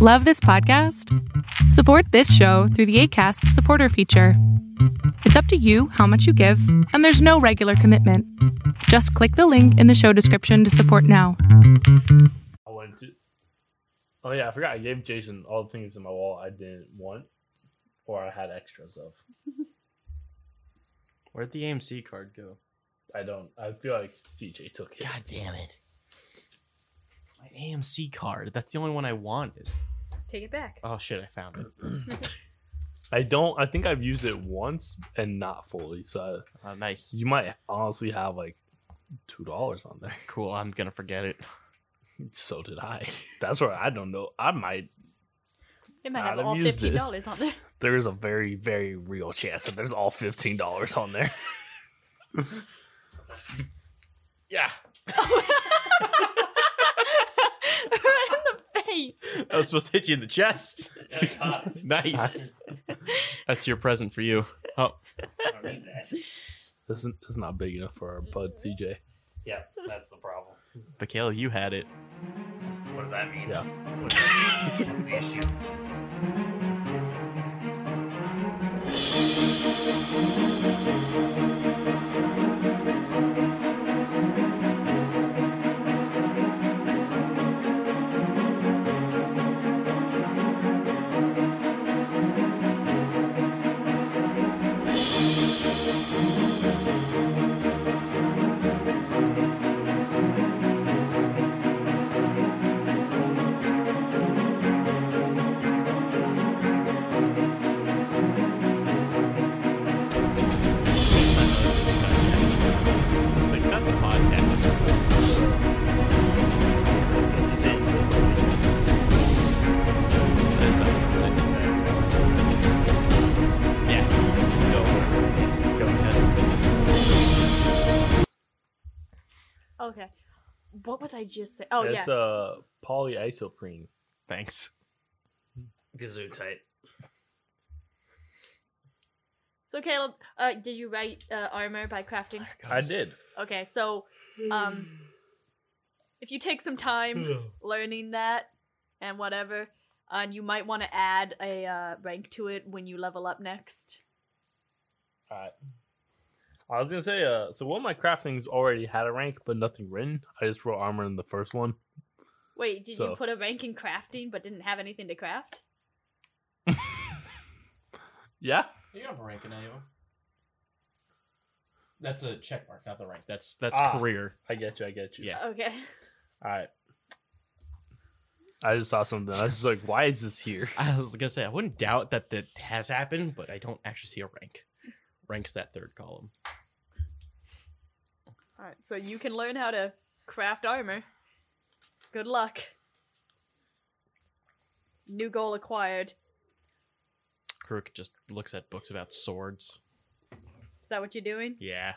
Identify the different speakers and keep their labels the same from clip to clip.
Speaker 1: Love this podcast? Support this show through the ACAST supporter feature. It's up to you how much you give, and there's no regular commitment. Just click the link in the show description to support now.
Speaker 2: I went to. Oh yeah, I forgot. I gave Jason all the things in my wallet I didn't want, or I had extras of.
Speaker 3: Where'd the AMC card go?
Speaker 2: I don't. I feel like CJ took it.
Speaker 3: God damn it. My AMC card. That's the only one I wanted.
Speaker 4: Take it back.
Speaker 3: Oh shit, I found it.
Speaker 2: I don't. I think I've used it once and not fully. So I,
Speaker 3: Oh, nice.
Speaker 2: you might honestly have like two dollars on there.
Speaker 3: Cool. I'm gonna forget it.
Speaker 2: So did I. That's where I don't know. I might.
Speaker 4: It might
Speaker 2: I'd
Speaker 4: have
Speaker 2: have
Speaker 4: all
Speaker 2: used it.
Speaker 4: fifteen dollars on there.
Speaker 2: There is a very, very real chance that there's all fifteen dollars on there.
Speaker 3: Yeah.
Speaker 4: right in the face.
Speaker 3: I was supposed to hit you in the chest. nice. That's your present for you. Oh,
Speaker 2: This is it's not big enough for our bud CJ.
Speaker 5: Yeah, that's the problem.
Speaker 3: Mikhail, you had it.
Speaker 5: What does that mean?
Speaker 2: Yeah.
Speaker 5: What does that mean? That's the issue.
Speaker 3: It's like, that's a podcast. Yeah. Go. Go, Jess.
Speaker 4: Okay. What was I just saying? Oh
Speaker 2: it's
Speaker 4: yeah.
Speaker 2: uh, polyisoprene.
Speaker 3: Thanks.
Speaker 5: Gazoo type.
Speaker 4: so Caleb, uh, did you write uh, armor by crafting?
Speaker 2: I did.
Speaker 4: Okay, so um, if you take some time learning that and whatever, and you might want to add a uh, rank to it when you level up next.
Speaker 2: All right. I was gonna say, uh, so one of my craftings already had a rank, but nothing written. I just wrote armor in the first one.
Speaker 4: Wait, did
Speaker 2: So-
Speaker 4: you put a rank in crafting but didn't have anything to craft?
Speaker 2: Yeah,
Speaker 6: You have a rank in AO. That's a check mark, not the rank. That's
Speaker 3: That's
Speaker 2: Ah.
Speaker 3: career.
Speaker 2: I get you. I get you.
Speaker 3: Yeah.
Speaker 4: Okay.
Speaker 2: All right. I just saw something. I was just like, why is this here?
Speaker 3: I was gonna say I wouldn't doubt that that has happened, but I don't actually see a rank. Ranks that third column.
Speaker 4: All right, so you can learn how to craft armor. Good luck. New goal acquired.
Speaker 3: Karuk just looks at books about swords.
Speaker 4: Is that what you're doing?
Speaker 3: Yeah,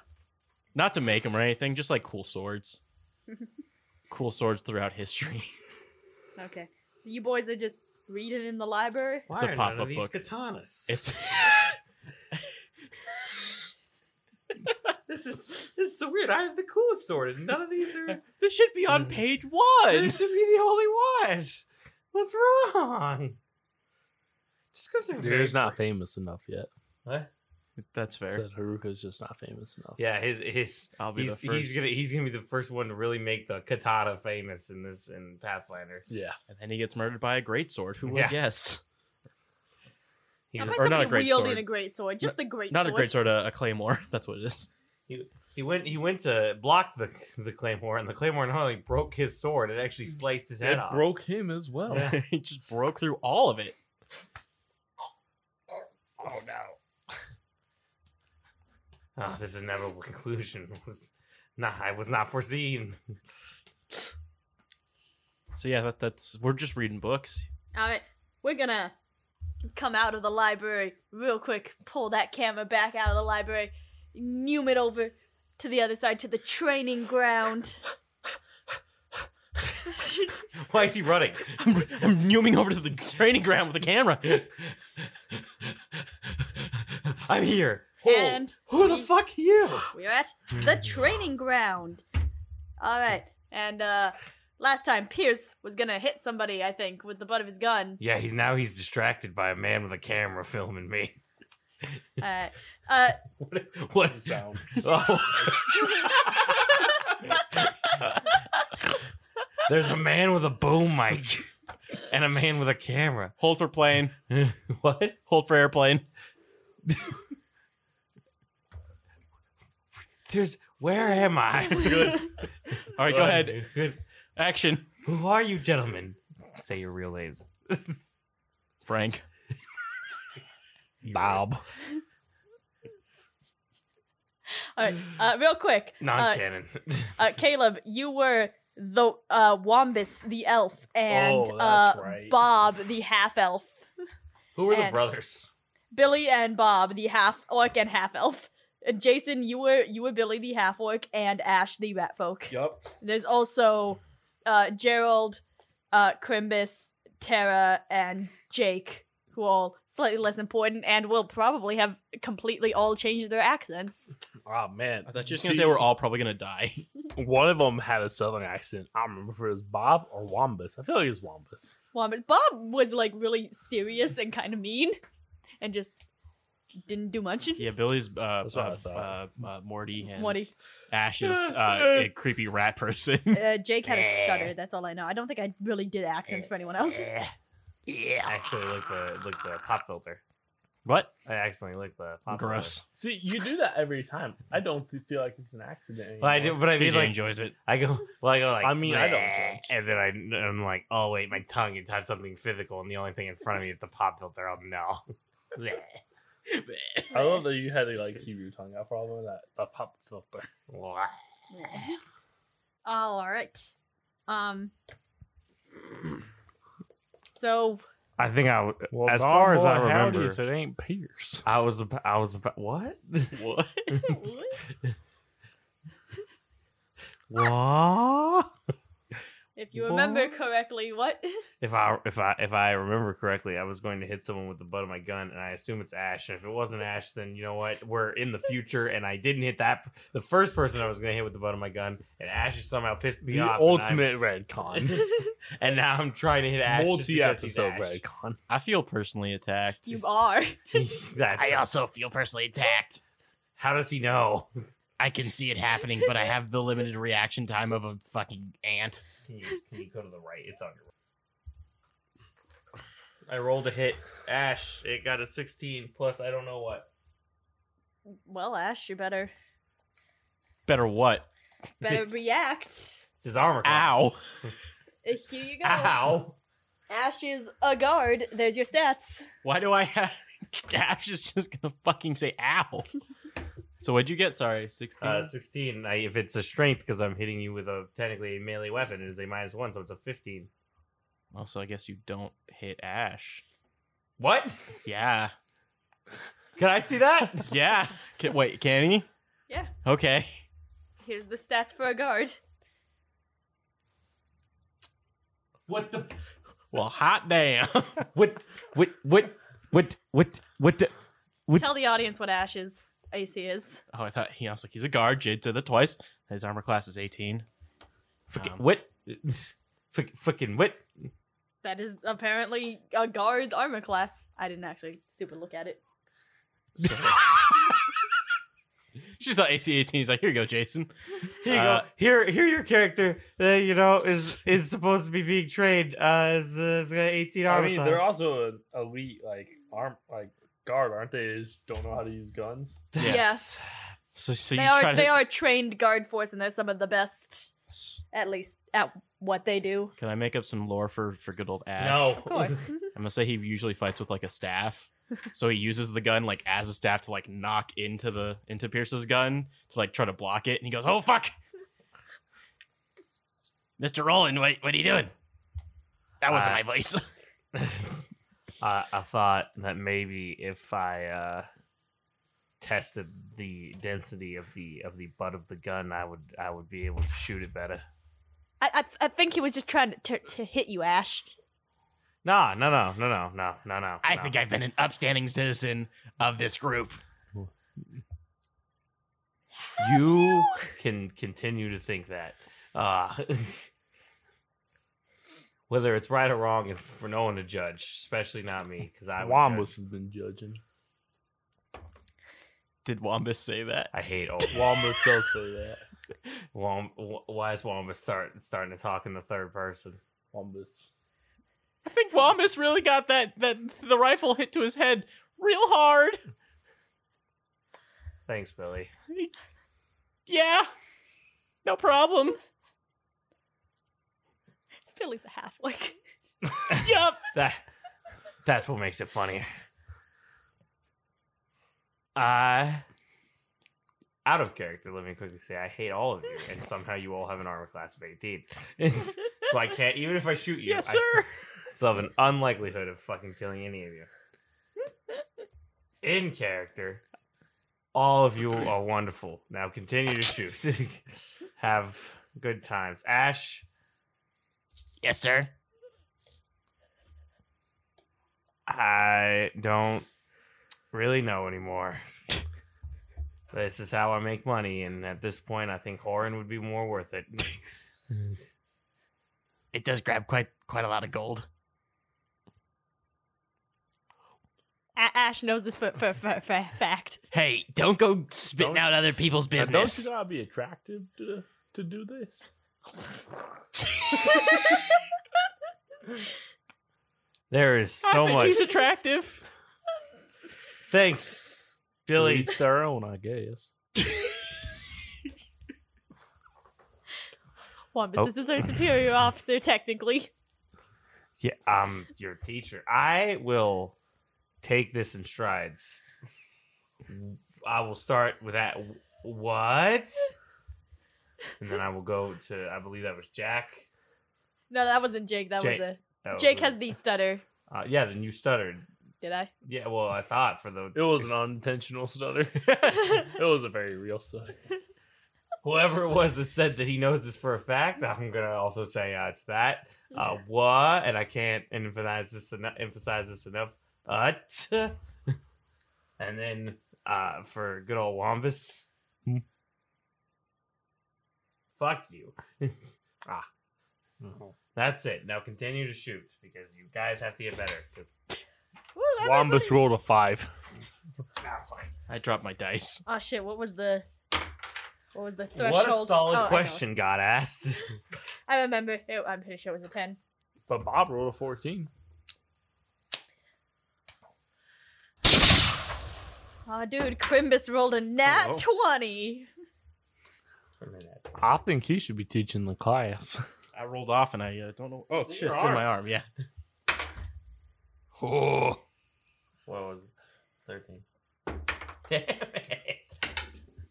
Speaker 3: not to make them or anything, just like cool swords. cool swords throughout history.
Speaker 4: Okay. So you boys are just reading in the library?
Speaker 3: It's a
Speaker 5: are none
Speaker 3: pop-up
Speaker 5: of these
Speaker 3: book.
Speaker 5: katanas?
Speaker 3: It's
Speaker 5: this is this is so weird. I have the coolest sword, and none of these are.
Speaker 3: this should be on page one.
Speaker 5: this should be the only one. What's wrong? Just because they're very-
Speaker 2: Haruka's not famous enough yet.
Speaker 5: What?
Speaker 3: That's fair.
Speaker 2: Said Haruka's just not famous enough.
Speaker 5: Yeah, his his.
Speaker 3: I'll be
Speaker 5: He's,
Speaker 3: the first.
Speaker 5: he's gonna he's gonna be the first one to really make the katana famous in this in Pathfinder.
Speaker 2: Yeah.
Speaker 3: And then he gets murdered by a great sword. Who would
Speaker 5: Yeah.
Speaker 3: guess?
Speaker 5: He,
Speaker 4: How
Speaker 5: was-
Speaker 4: about
Speaker 3: Or not
Speaker 4: somebody
Speaker 3: a great
Speaker 4: wielding
Speaker 3: sword.
Speaker 4: a great sword? Just the great
Speaker 3: Not
Speaker 4: sword.
Speaker 3: a great sword, a, a claymore. That's what it is.
Speaker 5: he went he went to block the the claymore, and the claymore not only broke his sword, Mm. it actually sliced his head
Speaker 2: It
Speaker 5: off.
Speaker 2: broke him as well.
Speaker 5: Yeah.
Speaker 3: he just broke through all of it.
Speaker 5: Oh no. oh, this inevitable conclusion was nah, I was not foreseen.
Speaker 3: So yeah, that, that's we're just reading books.
Speaker 4: All right, we're gonna come out of the library real quick. Pull that camera back out of the library, noom it over to the other side to the training ground.
Speaker 5: Why is he running?
Speaker 3: I'm, I'm nooming over to the training ground with a camera.
Speaker 5: I'm here.
Speaker 4: And
Speaker 5: Who the
Speaker 4: we-
Speaker 5: fuck are you?
Speaker 2: Hmm.
Speaker 4: We're at the training ground. All right, and uh, Last time, Pierce was gonna hit somebody, I think, with the butt of his gun.
Speaker 5: Yeah, he's now he's distracted by a man with a camera filming me.
Speaker 4: Uh, uh,
Speaker 5: What? What?
Speaker 2: The sound.
Speaker 5: Oh. There's a man with a boom mic and a man with a camera.
Speaker 7: Hold for plane.
Speaker 5: what?
Speaker 7: Hold for airplane.
Speaker 5: There's where am I?
Speaker 7: Good. All right, go ahead.
Speaker 5: Good.
Speaker 7: Action.
Speaker 5: Who are you, gentlemen? Say your real names.
Speaker 4: Uh,
Speaker 7: Frank. Bob.
Speaker 4: all right, uh, real quick.
Speaker 5: Non canon.
Speaker 4: Uh, Caleb, you were the uh, Wombus, the elf, and
Speaker 2: Oh,
Speaker 4: uh,
Speaker 2: that's right.
Speaker 4: Bob, the half elf.
Speaker 5: Who were the
Speaker 4: and-
Speaker 5: brothers?
Speaker 4: Billy and Bob, the half orc and half elf. And Jason, you were you were Billy the half orc and Ash the rat folk.
Speaker 2: Yup.
Speaker 4: There's also uh, Gerald, uh, Crimbus, Tara, and Jake, who are all slightly less important and will probably have completely all changed their accents.
Speaker 2: Oh man.
Speaker 7: I thought you were just gonna say we're all probably gonna die.
Speaker 2: One of them had a southern accent. I don't remember if it was Bob or Wombus. I feel like it was Wombus.
Speaker 4: Wombus. Bob was like really serious and kind of mean, and just didn't do much.
Speaker 7: Yeah, Billy's uh,
Speaker 2: That's what I
Speaker 7: uh, uh,
Speaker 2: thought.
Speaker 7: uh, Morty and
Speaker 4: Morty.
Speaker 7: Ash is uh, a creepy rat person.
Speaker 4: Uh, Jake had a
Speaker 5: Yeah.
Speaker 4: stutter. That's all I know. I don't think I really did accents for anyone else.
Speaker 2: Eh.
Speaker 5: Yeah. Actually, look the look the pop filter.
Speaker 7: what?
Speaker 5: I accidentally looked the pop
Speaker 7: Gross.
Speaker 2: See, you do that every time. I don't th- feel like it's an accident.
Speaker 5: Filter. Well, I do,
Speaker 2: anymore.
Speaker 5: but I
Speaker 7: CJ
Speaker 5: mean, like,
Speaker 7: enjoys it.
Speaker 5: I go, well, I go like.
Speaker 2: I mean, I don't
Speaker 5: "Bleh,"
Speaker 2: judge.
Speaker 5: And then I, I'm like, oh wait, my tongue it had something physical, and the only thing in front of me is the pop filter. Oh no. Bleh.
Speaker 2: I love that you had to like keep your tongue out for all of that. The pop filter.
Speaker 5: Blah.
Speaker 4: all right. Um. So
Speaker 5: I think I, w-
Speaker 2: Well,
Speaker 5: as far as I remember,
Speaker 2: if it ain't Pierce.
Speaker 5: I was, ab- I was about what?
Speaker 7: What?
Speaker 5: what?
Speaker 4: If you remember
Speaker 5: What?
Speaker 4: correctly, what?
Speaker 5: If I, if I, if I remember correctly, I was going to hit someone with the butt of my gun, and I assume it's Ash. And if it wasn't Ash, then you know what? We're in the future, and I didn't hit that the first person I was going to hit with the butt of my gun, and Ash just somehow pissed me
Speaker 2: The
Speaker 5: off. and I'm-
Speaker 2: ultimate red con.
Speaker 5: and now I'm trying to hit Ash.
Speaker 2: Multi episode red
Speaker 5: break.
Speaker 2: con.
Speaker 7: I feel personally attacked.
Speaker 4: You are.
Speaker 5: I also.
Speaker 3: feel personally attacked.
Speaker 5: How does he know?
Speaker 3: I can see it happening, but I have the limited reaction time of a fucking ant.
Speaker 5: Can you, can you go to the right? It's on your right. I rolled a hit. Ash, it got a 16 plus I don't know what.
Speaker 4: Well, Ash, you better
Speaker 7: Better what?
Speaker 4: better
Speaker 5: It's-
Speaker 4: react.
Speaker 5: It's his armor class.
Speaker 7: Ow.
Speaker 4: Uh, Here you go.
Speaker 5: Ow.
Speaker 4: Ash is a guard. There's your stats.
Speaker 7: Why do I have Ash is just gonna fucking say ow. so what'd you get? Sorry, sixteen.
Speaker 5: Uh, 16. I, if it's a strength, because I'm hitting you with a technically a melee weapon, it is a minus one, so it's a 15.
Speaker 7: also, Oh, I guess you don't hit Ash.
Speaker 5: What?
Speaker 7: Yeah.
Speaker 5: Can I see that?
Speaker 7: Yeah. Can, wait, can he?
Speaker 4: Yeah.
Speaker 7: Okay.
Speaker 4: Here's the stats for a guard.
Speaker 3: What the?
Speaker 7: Well, hot damn.
Speaker 5: what? What? What? What? What? What? The, Which-
Speaker 4: Tell the audience what Ash's AC is.
Speaker 7: Oh, I thought he I was like he's a guard. Jade said that twice. His armor class is eighteen.
Speaker 5: frickin'
Speaker 7: Um,
Speaker 5: what? Frick, frickin' what?
Speaker 4: That is apparently a guard's armor class. I didn't actually super look at it.
Speaker 7: So- She's like AC eighteen. He's like, here you go, Jason.
Speaker 5: Here you
Speaker 7: Uh,
Speaker 5: go. Here, here, your character that you know is is supposed to be being trained uh, is uh, is got eighteen
Speaker 2: I
Speaker 5: armor
Speaker 2: mean,
Speaker 5: class.
Speaker 2: they're also an elite like arm like guard, aren't they? They just don't know how to use guns.
Speaker 5: Yes.
Speaker 7: So, so
Speaker 4: they
Speaker 7: you try
Speaker 4: are
Speaker 7: to
Speaker 4: they are a trained guard force, and they're some of the best, at least at what they do.
Speaker 7: Can I make up some lore for for good old Ash?
Speaker 5: No.
Speaker 4: Of course.
Speaker 7: I'm gonna say he usually fights with like a staff. So he uses the gun like as a staff to like knock into the into Pierce's gun to like try to block it, and he goes, "Oh fuck!"
Speaker 3: Mr. Roland, what, what are you doing? That wasn't
Speaker 5: Uh,
Speaker 3: my voice.
Speaker 5: I, I thought that maybe if I uh, tested the density of the of the butt of the gun, I would I would be able to shoot it better.
Speaker 4: I, I I think he was just trying to to hit you, Ash.
Speaker 5: No, no, no, no, no, no, no, no.
Speaker 3: I
Speaker 5: no.
Speaker 3: think I've been an upstanding citizen of this group.
Speaker 5: you can continue to think that. Uh, Whether it's right or wrong is for no one to judge, especially not me, because I would
Speaker 2: Wombus
Speaker 5: judge.
Speaker 2: has been judging.
Speaker 7: Did Wombus say that?
Speaker 5: I hate old
Speaker 2: Wombus does say that.
Speaker 5: Wom- Wom- Why is Wombus start starting to talk in the third person?
Speaker 2: Wombus.
Speaker 7: I think Wombus really got that that the rifle hit to his head real hard.
Speaker 5: Thanks, Billy.
Speaker 7: Yeah. No problem.
Speaker 4: Billy's a half like.
Speaker 7: Yup.
Speaker 5: That that's what makes it funnier. Uh out of character, let me quickly say I hate all of you, and somehow you all have an armor class of 18. so I can't even if I shoot you,
Speaker 7: Yes,
Speaker 5: I
Speaker 7: sir.
Speaker 5: st- still have an unlikelihood of fucking killing any of you. In character, all of you are wonderful. Now continue to shoot. have good times. Ash,
Speaker 3: Yes, sir.
Speaker 5: I don't really know anymore. this is how I make money, and at this point, I think Horan would be more worth it.
Speaker 3: It does grab quite quite a lot of gold.
Speaker 4: A- Ash knows this for, for, for, for fact.
Speaker 3: Hey, don't go spitting
Speaker 2: Don't-
Speaker 3: out other people's
Speaker 2: Now, don't you
Speaker 3: business.
Speaker 2: gotta be attractive to to do this?
Speaker 5: there is
Speaker 7: I
Speaker 5: so
Speaker 7: think
Speaker 5: much.
Speaker 7: he's attractive.
Speaker 5: Thanks, Billy.
Speaker 2: to each their own, I guess.
Speaker 4: Wombus
Speaker 5: Oh.
Speaker 4: this is our superior officer, technically.
Speaker 5: Yeah, I'm your teacher. I will take this in strides. I will start with that. What? And then I will go to. I believe that was Jack.
Speaker 4: No, that wasn't Jake. That
Speaker 5: Jake. Oh,
Speaker 4: was a.
Speaker 5: That
Speaker 4: Jake
Speaker 5: was-
Speaker 4: has the stutter.
Speaker 5: Uh, yeah, then you stuttered.
Speaker 4: Did I?
Speaker 5: Yeah, well, I thought for the
Speaker 2: It was an unintentional stutter. it was a very real stutter.
Speaker 5: whoever it was that said that he knows this for a fact, I'm gonna also say uh, it's that. Uh, what? And I can't emphasize this enough. Emphasize this enough. Uh, t- and then uh, for good old Wombus,
Speaker 2: Hmm.
Speaker 5: fuck you. ah, that's it. Now continue to shoot because you guys have to get better. 'cause-
Speaker 2: Wombus rolled a five.
Speaker 5: Ah, fuck.
Speaker 7: I dropped my dice.
Speaker 4: Oh shit! What was the? What was the threshold?
Speaker 5: What a
Speaker 4: Oh, I
Speaker 5: solid
Speaker 4: know.
Speaker 5: question got asked.
Speaker 4: I remember. It, I'm pretty sure it was a ten.
Speaker 2: But Bob rolled a fourteen.
Speaker 4: Oh, dude, Crimbus rolled a nat
Speaker 5: Hello.
Speaker 4: twenty.
Speaker 2: I think he should be teaching the class.
Speaker 7: I rolled off and I uh, don't know. Oh
Speaker 5: It's in
Speaker 7: shit!
Speaker 5: your
Speaker 7: It's in my
Speaker 5: arms.
Speaker 7: arm. Yeah.
Speaker 5: Oh. What was it? 13. Damn it.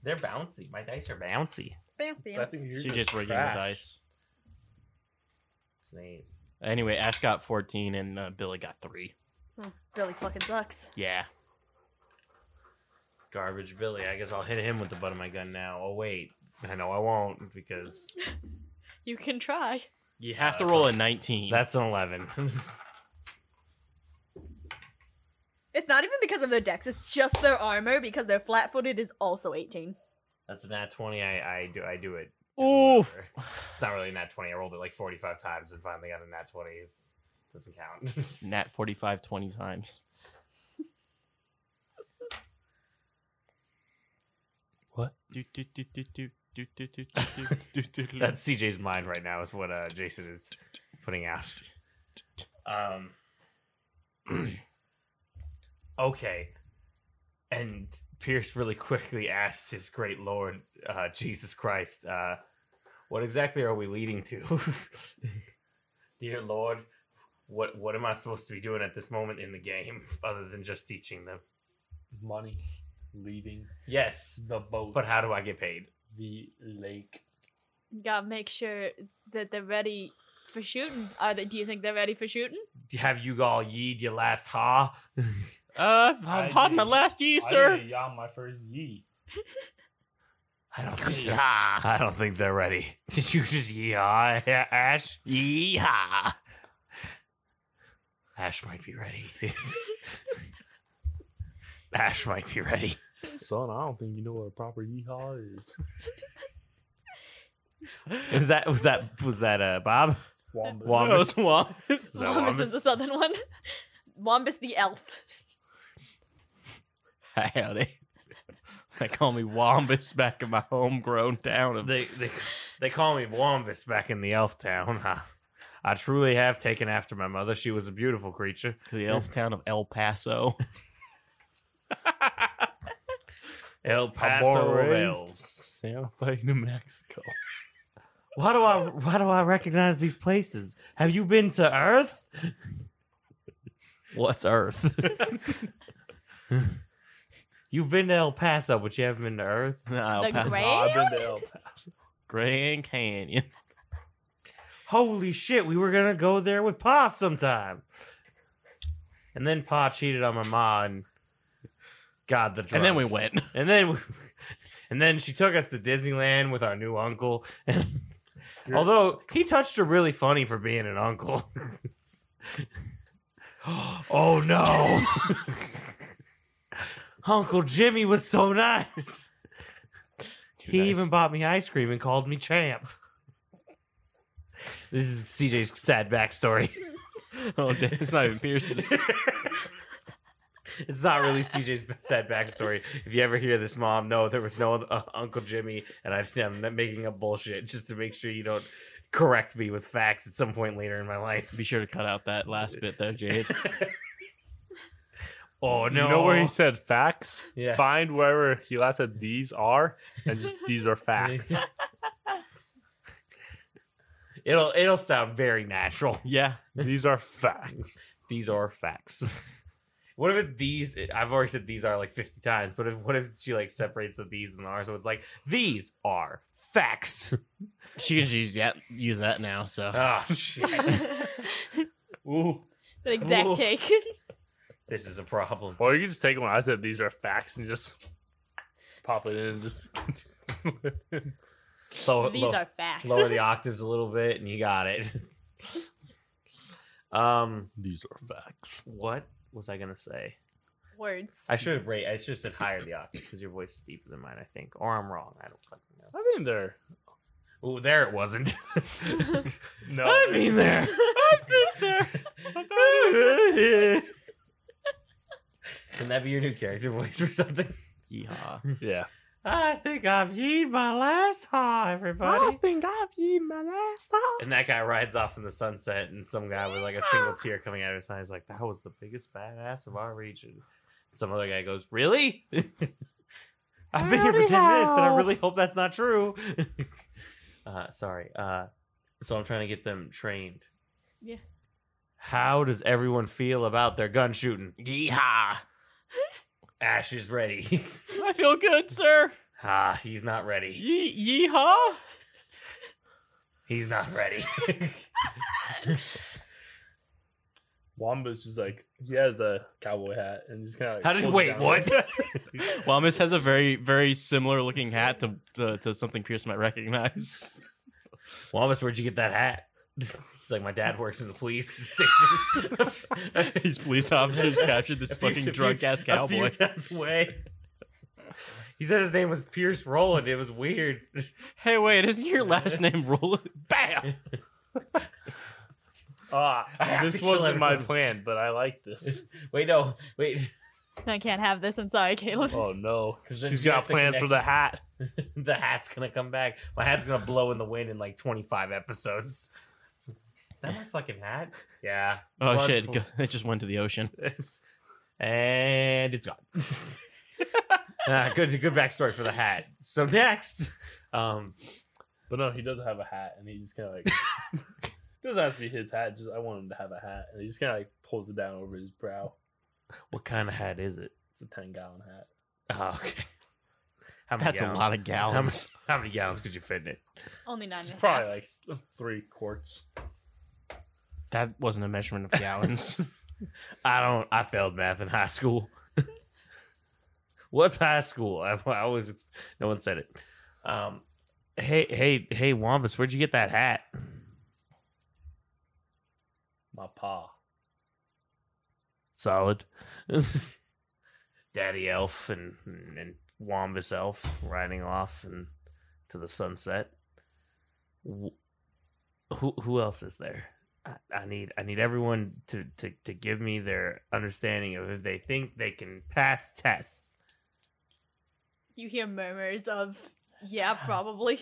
Speaker 5: They're bouncy. My dice are bouncy.
Speaker 4: Bounce,
Speaker 2: I
Speaker 4: bounce.
Speaker 2: think you're
Speaker 7: she just rigging the
Speaker 2: trash.
Speaker 7: dice.
Speaker 5: It's an eight.
Speaker 7: Anyway, Ash got 14 and uh, Billy got three.
Speaker 4: Oh, Billy fucking sucks.
Speaker 7: Yeah.
Speaker 5: Garbage Billy. I guess I'll hit him with the butt of my gun now. Oh, wait. I know I won't because
Speaker 4: You can try.
Speaker 7: You have
Speaker 5: Uh,
Speaker 7: to
Speaker 5: that's
Speaker 7: roll
Speaker 5: all-
Speaker 7: a 19.
Speaker 5: that's an 11.
Speaker 4: It's not even because of their decks. It's just their armor because their flat-footed is also eighteen.
Speaker 5: That's a nat 20. I, I do I do it.
Speaker 7: Oof.
Speaker 5: It's not really a nat 20. I rolled it like 45 times and finally got a nat 20. It doesn't count.
Speaker 7: Nat 45 20 times.
Speaker 2: What?
Speaker 7: Do, do, do, do, do, do, do, do, do, do, do, do.
Speaker 5: That's CJ's mind right now, is what uh, Jason is putting out. Um. okay. And Pierce really quickly asks his great Lord, uh, Jesus Christ, uh, what exactly are we leading to? Dear Lord, what what am I supposed to be doing at this moment in the game other than just teaching them?
Speaker 2: Money leaving
Speaker 5: Yes,
Speaker 2: the boat.
Speaker 5: but how do I get paid?
Speaker 2: the lake?
Speaker 4: Gotta make sure that they're ready for shooting. Are they? Do you think they're ready for shooting?
Speaker 5: Have you all yeed your last ha?
Speaker 7: Uh,
Speaker 2: I
Speaker 7: I'm on my
Speaker 2: did-
Speaker 7: last E,
Speaker 2: I
Speaker 7: sir.
Speaker 2: did a yawn my first Z.
Speaker 5: I don't think they're-
Speaker 3: Yeehaw!
Speaker 5: I don't think they're ready. Did you just yeehaw, Ash?
Speaker 3: Yeehaw!
Speaker 5: Ash might be ready. Ash might be ready.
Speaker 2: Son, I don't think you know what a proper yeehaw is.
Speaker 5: Was that was that was that uh Bob?
Speaker 2: Wombus.
Speaker 5: Wombus.
Speaker 7: Swamp.
Speaker 5: Is that
Speaker 4: Wombus is the
Speaker 5: Wombus?
Speaker 4: southern one. Wombus the elf.
Speaker 7: Howdy. They call me Wombus back in my homegrown town of
Speaker 5: They, they they call me Wombus back in the elf town. I, I truly have taken after my mother. She was a beautiful creature.
Speaker 7: the elf town of El Paso.
Speaker 5: El Paso
Speaker 2: Paso
Speaker 5: of
Speaker 2: raised
Speaker 5: elves.
Speaker 2: Santa Fe, New Mexico.
Speaker 5: Why do I why do I recognize these places? Have you been to Earth?
Speaker 7: What's Earth?
Speaker 5: You've been to El Paso, but you haven't been to Earth.
Speaker 7: no,
Speaker 4: The
Speaker 7: El Pa-
Speaker 4: Grand-
Speaker 2: Nah, I've been to El Paso.
Speaker 7: Grand Canyon.
Speaker 5: Holy shit, we were gonna go there with Pa sometime. And then Pa cheated on my ma and God the drugs.
Speaker 7: And then we went.
Speaker 5: And then we, and then she took us to Disneyland with our new uncle. And although he touched her really funny for being an uncle. oh no. uncle Jimmy was so nice.
Speaker 7: Too
Speaker 5: he
Speaker 7: nice.
Speaker 5: even bought me ice cream and called me champ. This is CJ's sad backstory.
Speaker 7: Oh, damn, it's not even Pierce's.
Speaker 5: It's not really CJ's sad backstory. If you ever hear this, mom, no, there was no uh, Uncle Jimmy, and I, I'm not making up bullshit just to make sure you don't correct me with facts at some point later in my life.
Speaker 7: Be sure to cut out that last bit there, Jade.
Speaker 5: Oh no!
Speaker 2: You know where he said facts?
Speaker 5: Yeah.
Speaker 2: Find wherever he last said these are, and just these are facts.
Speaker 5: it'll it'll sound very natural.
Speaker 7: Yeah.
Speaker 2: these are facts.
Speaker 5: These are facts. What if it, these? I've already said these are like fifty times, but if what if she like separates the these and the are, so it's like these are facts.
Speaker 3: She can just use that, use that now, so.
Speaker 5: Ah shit! Ooh,
Speaker 4: The exact
Speaker 5: Ooh.
Speaker 4: take.
Speaker 5: this is a problem.
Speaker 2: Or you can just take when I said these are facts and just pop it in and just.
Speaker 5: So
Speaker 4: These
Speaker 5: look-
Speaker 4: are facts.
Speaker 5: lower the octaves a little bit and you got it um
Speaker 2: these are facts.
Speaker 5: what was i gonna say
Speaker 4: Words.
Speaker 5: i should have rate i should have said higher the octave because your voice is deeper than mine i think or i'm wrong i don't fucking know
Speaker 2: I mean, there.
Speaker 5: oh there it wasn't
Speaker 2: No.
Speaker 5: i mean there can that be your new character voice or something
Speaker 7: Yeehaw.
Speaker 2: Yeah.
Speaker 5: i think i've eaten my last haw everybody
Speaker 2: think I've eaten my last hour.
Speaker 5: And that guy rides off in the sunset, and some guy with like a single tear coming out of his eye is like, "That was the biggest badass of our region." Some other guy goes, "Really? I've been here for ten minutes, and I really hope that's not true." uh, sorry. Uh, so I'm trying to get them trained.
Speaker 4: Yeah.
Speaker 5: How does everyone feel about their gun shooting?
Speaker 3: Yeehaw!
Speaker 5: Ash is ready.
Speaker 7: I feel good, sir.
Speaker 5: ah, he's not ready.
Speaker 7: Ye- yeehaw.
Speaker 5: He's not ready.
Speaker 2: Wamba's just like, he has a cowboy hat and just kind of. Like
Speaker 5: How did?
Speaker 2: pulls it
Speaker 5: Wait,
Speaker 2: down.
Speaker 5: what?
Speaker 7: Wamis has a very, very similar looking hat to, to, to something Pierce might recognize.
Speaker 5: Wallace, where'd you get that hat? He's like, my dad works in the police station.
Speaker 7: These police officers captured this
Speaker 5: A few-
Speaker 7: fucking
Speaker 5: a few-
Speaker 7: drunk ass
Speaker 5: A
Speaker 7: cowboy.
Speaker 5: few towns away. He said his name was Pierce Roland. It was weird.
Speaker 7: Hey, wait, isn't your last name Roland? Bam!
Speaker 5: I
Speaker 2: Ah,
Speaker 5: have to
Speaker 2: this
Speaker 5: kill
Speaker 2: wasn't my
Speaker 5: everyone.
Speaker 2: plan, but I like this.
Speaker 5: Wait, no, wait.
Speaker 4: I can't have this. I'm sorry, Caleb.
Speaker 2: Oh no,
Speaker 5: 'Cause then
Speaker 2: she's
Speaker 5: she
Speaker 2: got
Speaker 5: has to
Speaker 2: plans for the
Speaker 5: connect.
Speaker 2: hat.
Speaker 5: The hat's gonna come back. My hat's gonna blow in the wind in like 25 episodes. Is that my fucking hat? Yeah.
Speaker 7: Oh
Speaker 5: Blood
Speaker 7: shit,
Speaker 5: fl-
Speaker 7: go- it just went to the ocean.
Speaker 5: and it's gone. Ah, good, good backstory for the hat. So next, um,
Speaker 2: But no, he doesn't have a hat, and he just kind of like doesn't have to be his hat. Just I want him to have a hat, and he just kind of like pulls it down over his brow.
Speaker 5: what kind of hat is it?
Speaker 2: It's a ten gallon hat.
Speaker 5: Oh, okay. How many
Speaker 3: That's a lot
Speaker 5: gallons?
Speaker 3: of
Speaker 5: How many,
Speaker 3: gallons.
Speaker 5: how many gallons could you fit in it?
Speaker 4: Only nine.
Speaker 2: It's
Speaker 4: and a
Speaker 2: probably
Speaker 4: half.
Speaker 2: like th- three quarts.
Speaker 3: That wasn't a measurement of gallons.
Speaker 5: I don't. I failed math in high school. What's high school? I, I always. No one said it. Um, hey, hey, hey, Wampus, where'd you get that hat?
Speaker 2: My pa.
Speaker 5: Solid. Daddy Elf and and Wampus Elf riding off and to the sunset. W- who who else is there? I, I need I need everyone to, to to give me their understanding of if they think they can pass tests.
Speaker 4: You hear murmurs of, yeah, probably.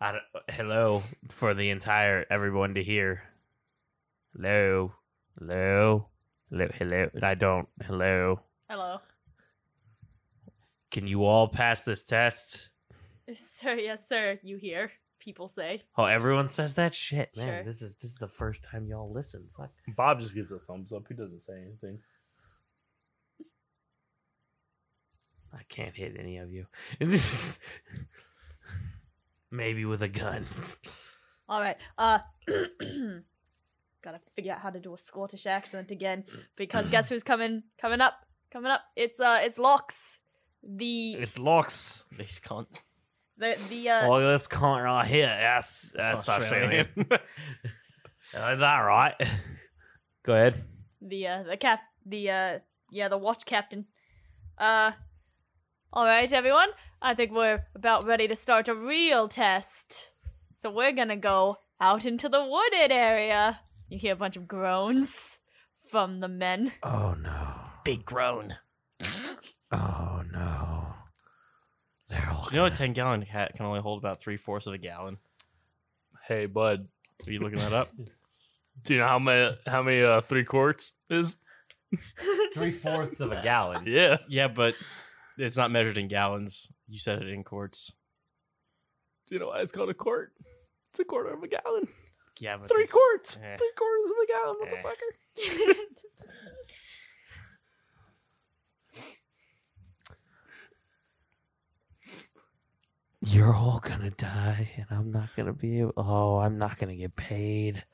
Speaker 5: I don't- hello for the entire everyone to hear. Hello, hello, hello, hello. I don't. Hello.
Speaker 4: Hello.
Speaker 5: Can you all pass this test?
Speaker 4: Sir, yes, sir, you hear people say.
Speaker 5: Oh, everyone says that shit, man.
Speaker 4: Sure.
Speaker 5: This is this is the first time y'all listen. Fuck.
Speaker 2: Bob just gives a thumbs up. He doesn't say anything.
Speaker 5: I can't hit any of you. Maybe with a gun.
Speaker 4: All right. Uh, gotta figure out how to do a Scottish accent again because guess who's coming? Coming up? Coming up? It's uh, it's Locks, the
Speaker 5: It's locks.
Speaker 7: This cunt.
Speaker 4: the the uh,
Speaker 5: oh, this cunt right here. That's that's Australian.
Speaker 7: Australian.
Speaker 5: Is that right? Go ahead.
Speaker 4: the uh, the cap the uh, yeah, the watch captain. Uh, all right, everyone. I think we're about ready to start a real test. So we're gonna go out into the wooded area. You hear a bunch of groans from the men.
Speaker 5: Oh no.
Speaker 3: Big groan.
Speaker 5: Oh no. They're all.
Speaker 7: You know a ten gallon cat can only hold about three fourths of a gallon.
Speaker 2: Hey, bud,
Speaker 7: Are you looking that up?
Speaker 2: do you know how many how many uh, three quarts is?
Speaker 5: three fourths of a gallon.
Speaker 2: Yeah,
Speaker 7: yeah, but it's not measured in gallons. You said it in quarts.
Speaker 2: do you know why it's called a quart? It's a quarter of a gallon.
Speaker 7: Yeah, but
Speaker 2: Three quarts.
Speaker 7: Eh.
Speaker 2: Three quarters of a gallon,
Speaker 7: Eh.
Speaker 2: motherfucker.
Speaker 5: You're all gonna die, and I'm not gonna be. Able- oh, I'm not gonna get paid.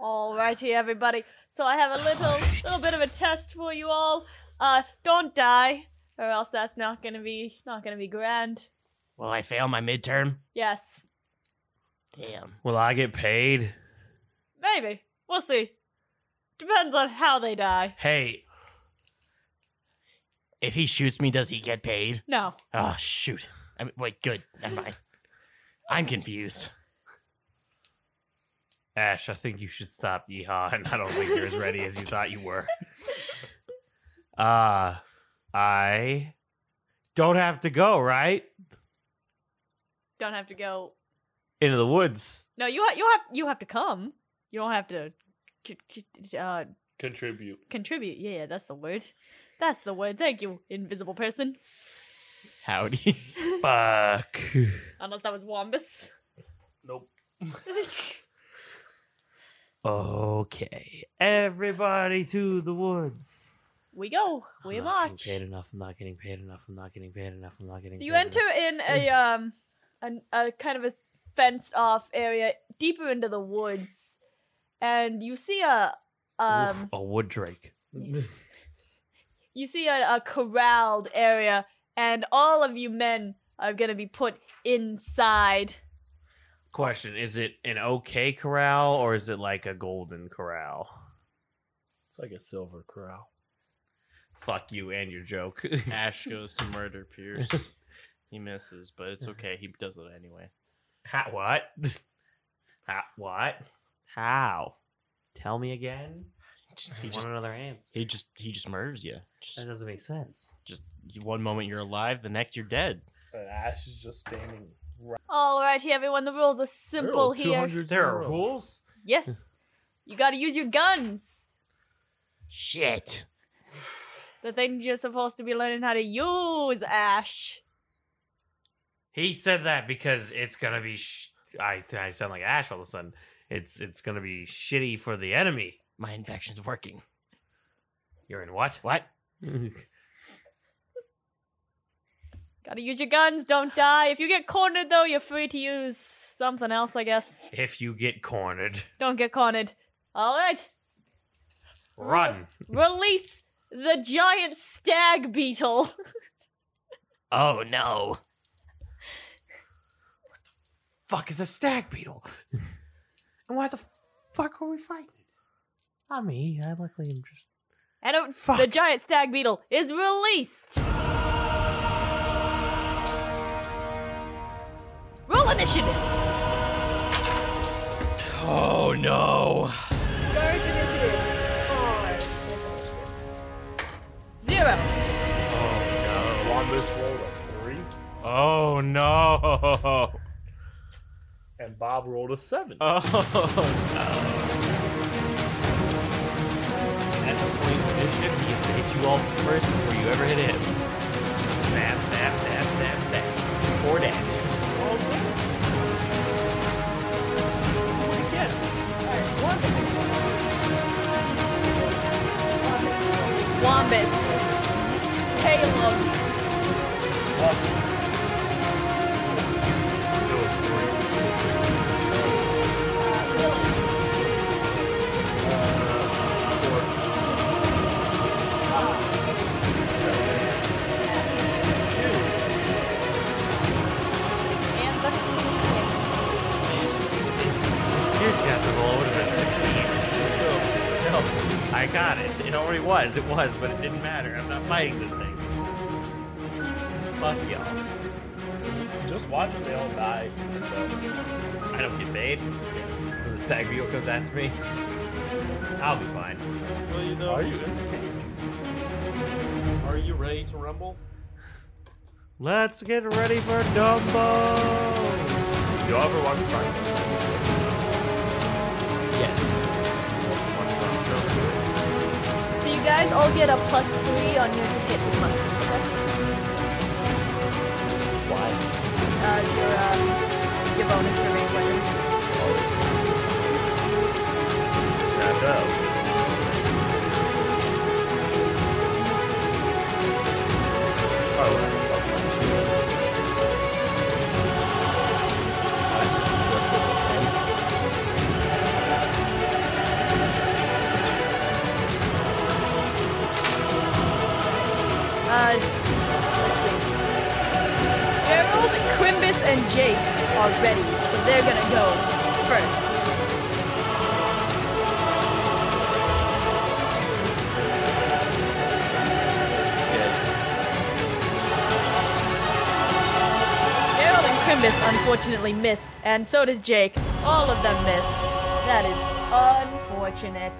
Speaker 4: Alrighty, everybody. So I have a little little bit of a test for you all. Uh, don't die, or else that's not gonna be not gonna be grand.
Speaker 3: Will I fail my midterm?
Speaker 4: Yes,
Speaker 3: Damn.
Speaker 5: Will I get paid?
Speaker 4: maybe. We'll see. Depends on how they die.
Speaker 5: Hey,
Speaker 3: If he shoots me, does he get paid?
Speaker 4: No.
Speaker 3: Oh shoot. I mean, wait, good. Never mind. I'm confused.
Speaker 5: Ash, I think you should stop yeehaw, and I don't think you're as ready as you thought you were. Uh, I don't have to go, right?
Speaker 4: Don't have to go.
Speaker 5: Into the woods.
Speaker 4: No, you ha- you have you have to come. You don't have to c- c- uh,
Speaker 2: Contribute.
Speaker 4: contribute. Yeah, yeah, that's the word. That's the word. Thank you, invisible person.
Speaker 7: howdy.
Speaker 5: Fuck.
Speaker 4: Unless that was Wombus.
Speaker 2: Nope.
Speaker 5: Okay. Everybody to the woods.
Speaker 4: we go. We
Speaker 5: I'm not
Speaker 4: march.
Speaker 5: getting paid enough. I'm not getting paid enough. I'm not getting paid enough. I'm not getting
Speaker 4: So
Speaker 5: paid
Speaker 4: you enter
Speaker 5: enough.
Speaker 4: in a um, an, a kind of a s- fenced off area deeper into the woods, and you see a
Speaker 5: Oof,
Speaker 4: um,
Speaker 5: a wood drake.
Speaker 4: you see a, a corralled area, and all of you men are gonna be put inside.
Speaker 5: Question Is it an okay corral or is it like a golden corral?
Speaker 2: It's like a silver corral.
Speaker 5: Fuck you and your joke.
Speaker 7: Ash goes to murder Pierce. He misses, but it's okay. He does it anyway.
Speaker 5: How, what? How, what? How? Tell me again.
Speaker 7: He
Speaker 5: I
Speaker 7: just
Speaker 5: want another answer.
Speaker 7: he just he just murders you.
Speaker 5: That
Speaker 7: Just,
Speaker 5: doesn't make sense.
Speaker 7: just one moment you're alive, the next you're dead.
Speaker 2: And Ash is just standing. Right
Speaker 4: Alrighty, everyone. The rules are simple here.
Speaker 5: There are rules.
Speaker 4: Yes, you gotta use your guns.
Speaker 3: Shit.
Speaker 4: The things you're supposed to be learning how to use, Ash.
Speaker 5: He said that because it's gonna be. Sh- I I sound like Ash all of a sudden. It's it's gonna be shitty for the enemy.
Speaker 3: My infection's working.
Speaker 5: You're in what?
Speaker 3: What?
Speaker 4: Gotta use your guns, don't die. If you get cornered, though, you're free to use something else, I guess.
Speaker 5: if you get cornered,
Speaker 4: Don't get cornered. Alright,
Speaker 5: run.
Speaker 4: release the giant stag beetle.
Speaker 3: Oh no.
Speaker 5: Fuck is a stag beetle. and why the fuck are we fighting? Not me. I luckily am just.
Speaker 4: And a,
Speaker 5: Fuck.
Speaker 4: the giant stag beetle is released. Roll initiative!
Speaker 8: Oh no!
Speaker 4: Guards initiatives are initiative. zero.
Speaker 2: On this roll a three,
Speaker 5: Oh no!
Speaker 2: and Bob rolled a seven.
Speaker 5: Oh,
Speaker 8: That's a point of initiative. He gets to hit you all first before you ever hit him. Snap, snap, snap, snap, snap. Four damage.
Speaker 4: Wombus. Caleb. And the
Speaker 5: here's the other roll. It would have been sixteen. No, no, I got it. It already was. It was, but it didn't matter. I'm not fighting this thing. Fuck y'all.
Speaker 2: Just watch them they all die.
Speaker 5: I don't get paid. When the stag beetle comes after me, I'll be fine.
Speaker 7: Well, you know,
Speaker 2: Are you?
Speaker 7: are you ready to rumble?
Speaker 5: Let's get ready for Dumbo.
Speaker 2: You all ever watch Prime?
Speaker 8: Yes.
Speaker 4: So you guys all get a plus three on your hit plus. Why? Uh, your uh, your bonus for main weapons.
Speaker 2: Oh,
Speaker 4: Uh, let's see. Gerald, Quimbus, and Jake are ready, so they're gonna go first. Gerald and Quimbus unfortunately miss, and so does Jake. All of them miss. That is unfortunate.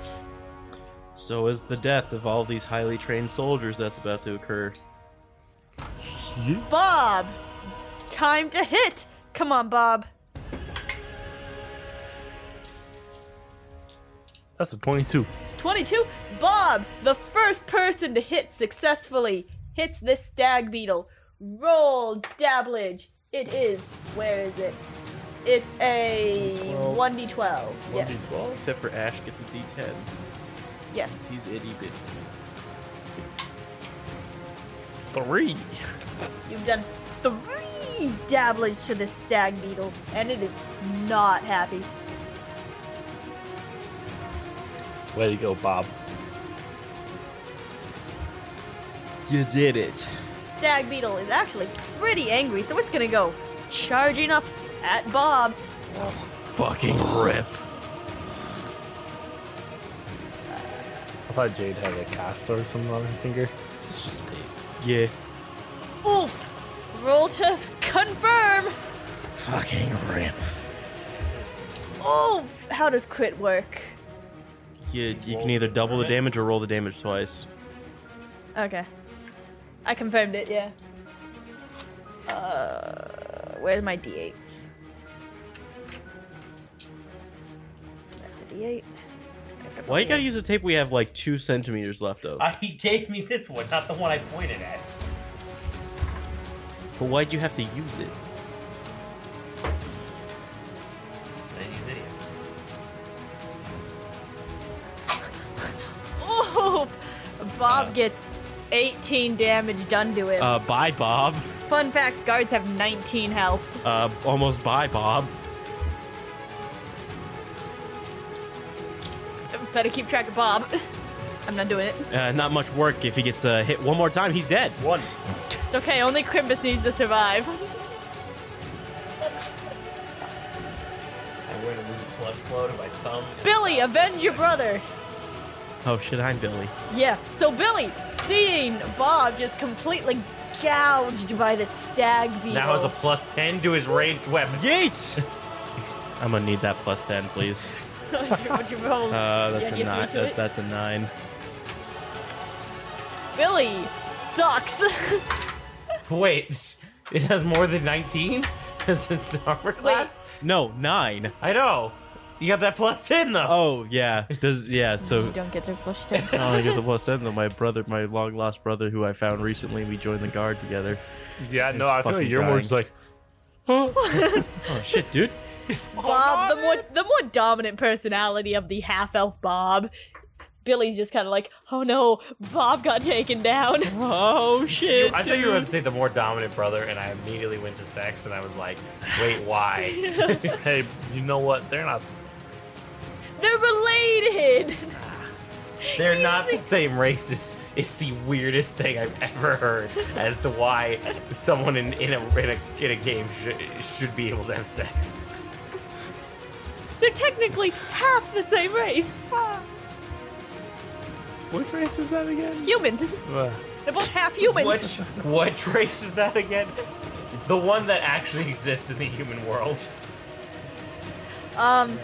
Speaker 7: So is the death of all these highly trained soldiers that's about to occur.
Speaker 4: Bob! Time to hit! Come on, Bob.
Speaker 2: That's a 22.
Speaker 4: 22 bob the first person to hit successfully hits this stag beetle roll dabblage it is where is it it's a 1d12 yes
Speaker 7: Except for Ash gets a D10.
Speaker 4: yes
Speaker 7: He's itty bitty.
Speaker 2: Three.
Speaker 4: you've done three dabblage to this stag beetle and it is not happy
Speaker 2: Way to go, Bob.
Speaker 7: You did it.
Speaker 4: stag beetle is actually pretty angry so it's gonna go charging up at bob
Speaker 7: Fucking rip.
Speaker 2: I thought Jade had a cast or something on her finger.
Speaker 8: It's just a
Speaker 7: Yeah.
Speaker 4: oof roll to confirm
Speaker 7: Fucking rip.
Speaker 4: oof how does crit work
Speaker 7: You, you can either double the damage or roll the damage twice.
Speaker 4: Okay. I confirmed it, yeah. Uh, where's my d8s? That's a d8.
Speaker 7: Why you gotta use a tape we have like two centimeters left of?
Speaker 5: Uh, he gave me this one, not the one I pointed at.
Speaker 7: But why'd you have to use it?
Speaker 5: I didn't use idiot.
Speaker 4: Ooh! Bob gets 18 damage done to him.
Speaker 7: Uh, bye, Bob.
Speaker 4: Fun fact guards have 19 health.
Speaker 7: Uh, almost bye, Bob.
Speaker 4: Better keep track of Bob. I'm not doing it.
Speaker 7: Uh, not much work. If he gets uh, hit one more time, he's dead.
Speaker 2: One.
Speaker 4: It's okay, only Crimbus needs to survive.
Speaker 5: I went and lose blood flow to my thumb.
Speaker 4: Billy, avenge your brother!
Speaker 7: Oh shit, I'm Billy.
Speaker 4: Yeah. So Billy, seeing Bob just completely gouged by the stag beetle.
Speaker 5: Now has a plus ten to his ranged weapon.
Speaker 7: Yeet! I'm gonna need that plus ten, please.
Speaker 4: What'd you roll?
Speaker 9: Uh,
Speaker 4: Yeah,
Speaker 9: that's
Speaker 4: do you
Speaker 9: a nine.
Speaker 4: have to do
Speaker 9: That,
Speaker 4: it?
Speaker 9: that's a nine.
Speaker 4: Billy sucks.
Speaker 5: Wait, it has more than 19? Because it's armor class?
Speaker 9: No, nine.
Speaker 5: I know. You got that plus 10, though.
Speaker 9: Oh yeah. Does yeah.
Speaker 4: you
Speaker 9: So
Speaker 4: don't get to flush it.
Speaker 7: oh,
Speaker 9: I only get the plus ten though. My brother, my long lost brother, who I found recently, we joined the guard together. It's
Speaker 2: Yeah, no, I feel like
Speaker 9: fucking
Speaker 2: you're more
Speaker 9: dying.
Speaker 2: just like,
Speaker 9: Oh shit, dude.
Speaker 4: Bob, the more the more dominant personality of the half elf Bob. Billy's just kind of like, oh no, Bob got taken down.
Speaker 9: Oh shit.
Speaker 5: I thought you were going to say the more dominant brother, and I immediately went to sex, and I was like, wait, why?
Speaker 2: hey, you know what? They're not. The same.
Speaker 4: They're related.
Speaker 5: They're not the same races. It's the weirdest thing I've ever heard as to why someone in, in, a, in, a, in a game should, should be able to have sex.
Speaker 4: They're technically half the same race.
Speaker 2: Which race was that again?
Speaker 4: Human. They're both half human.
Speaker 5: What, what race is that again? The one that actually exists in the human world.
Speaker 4: Um.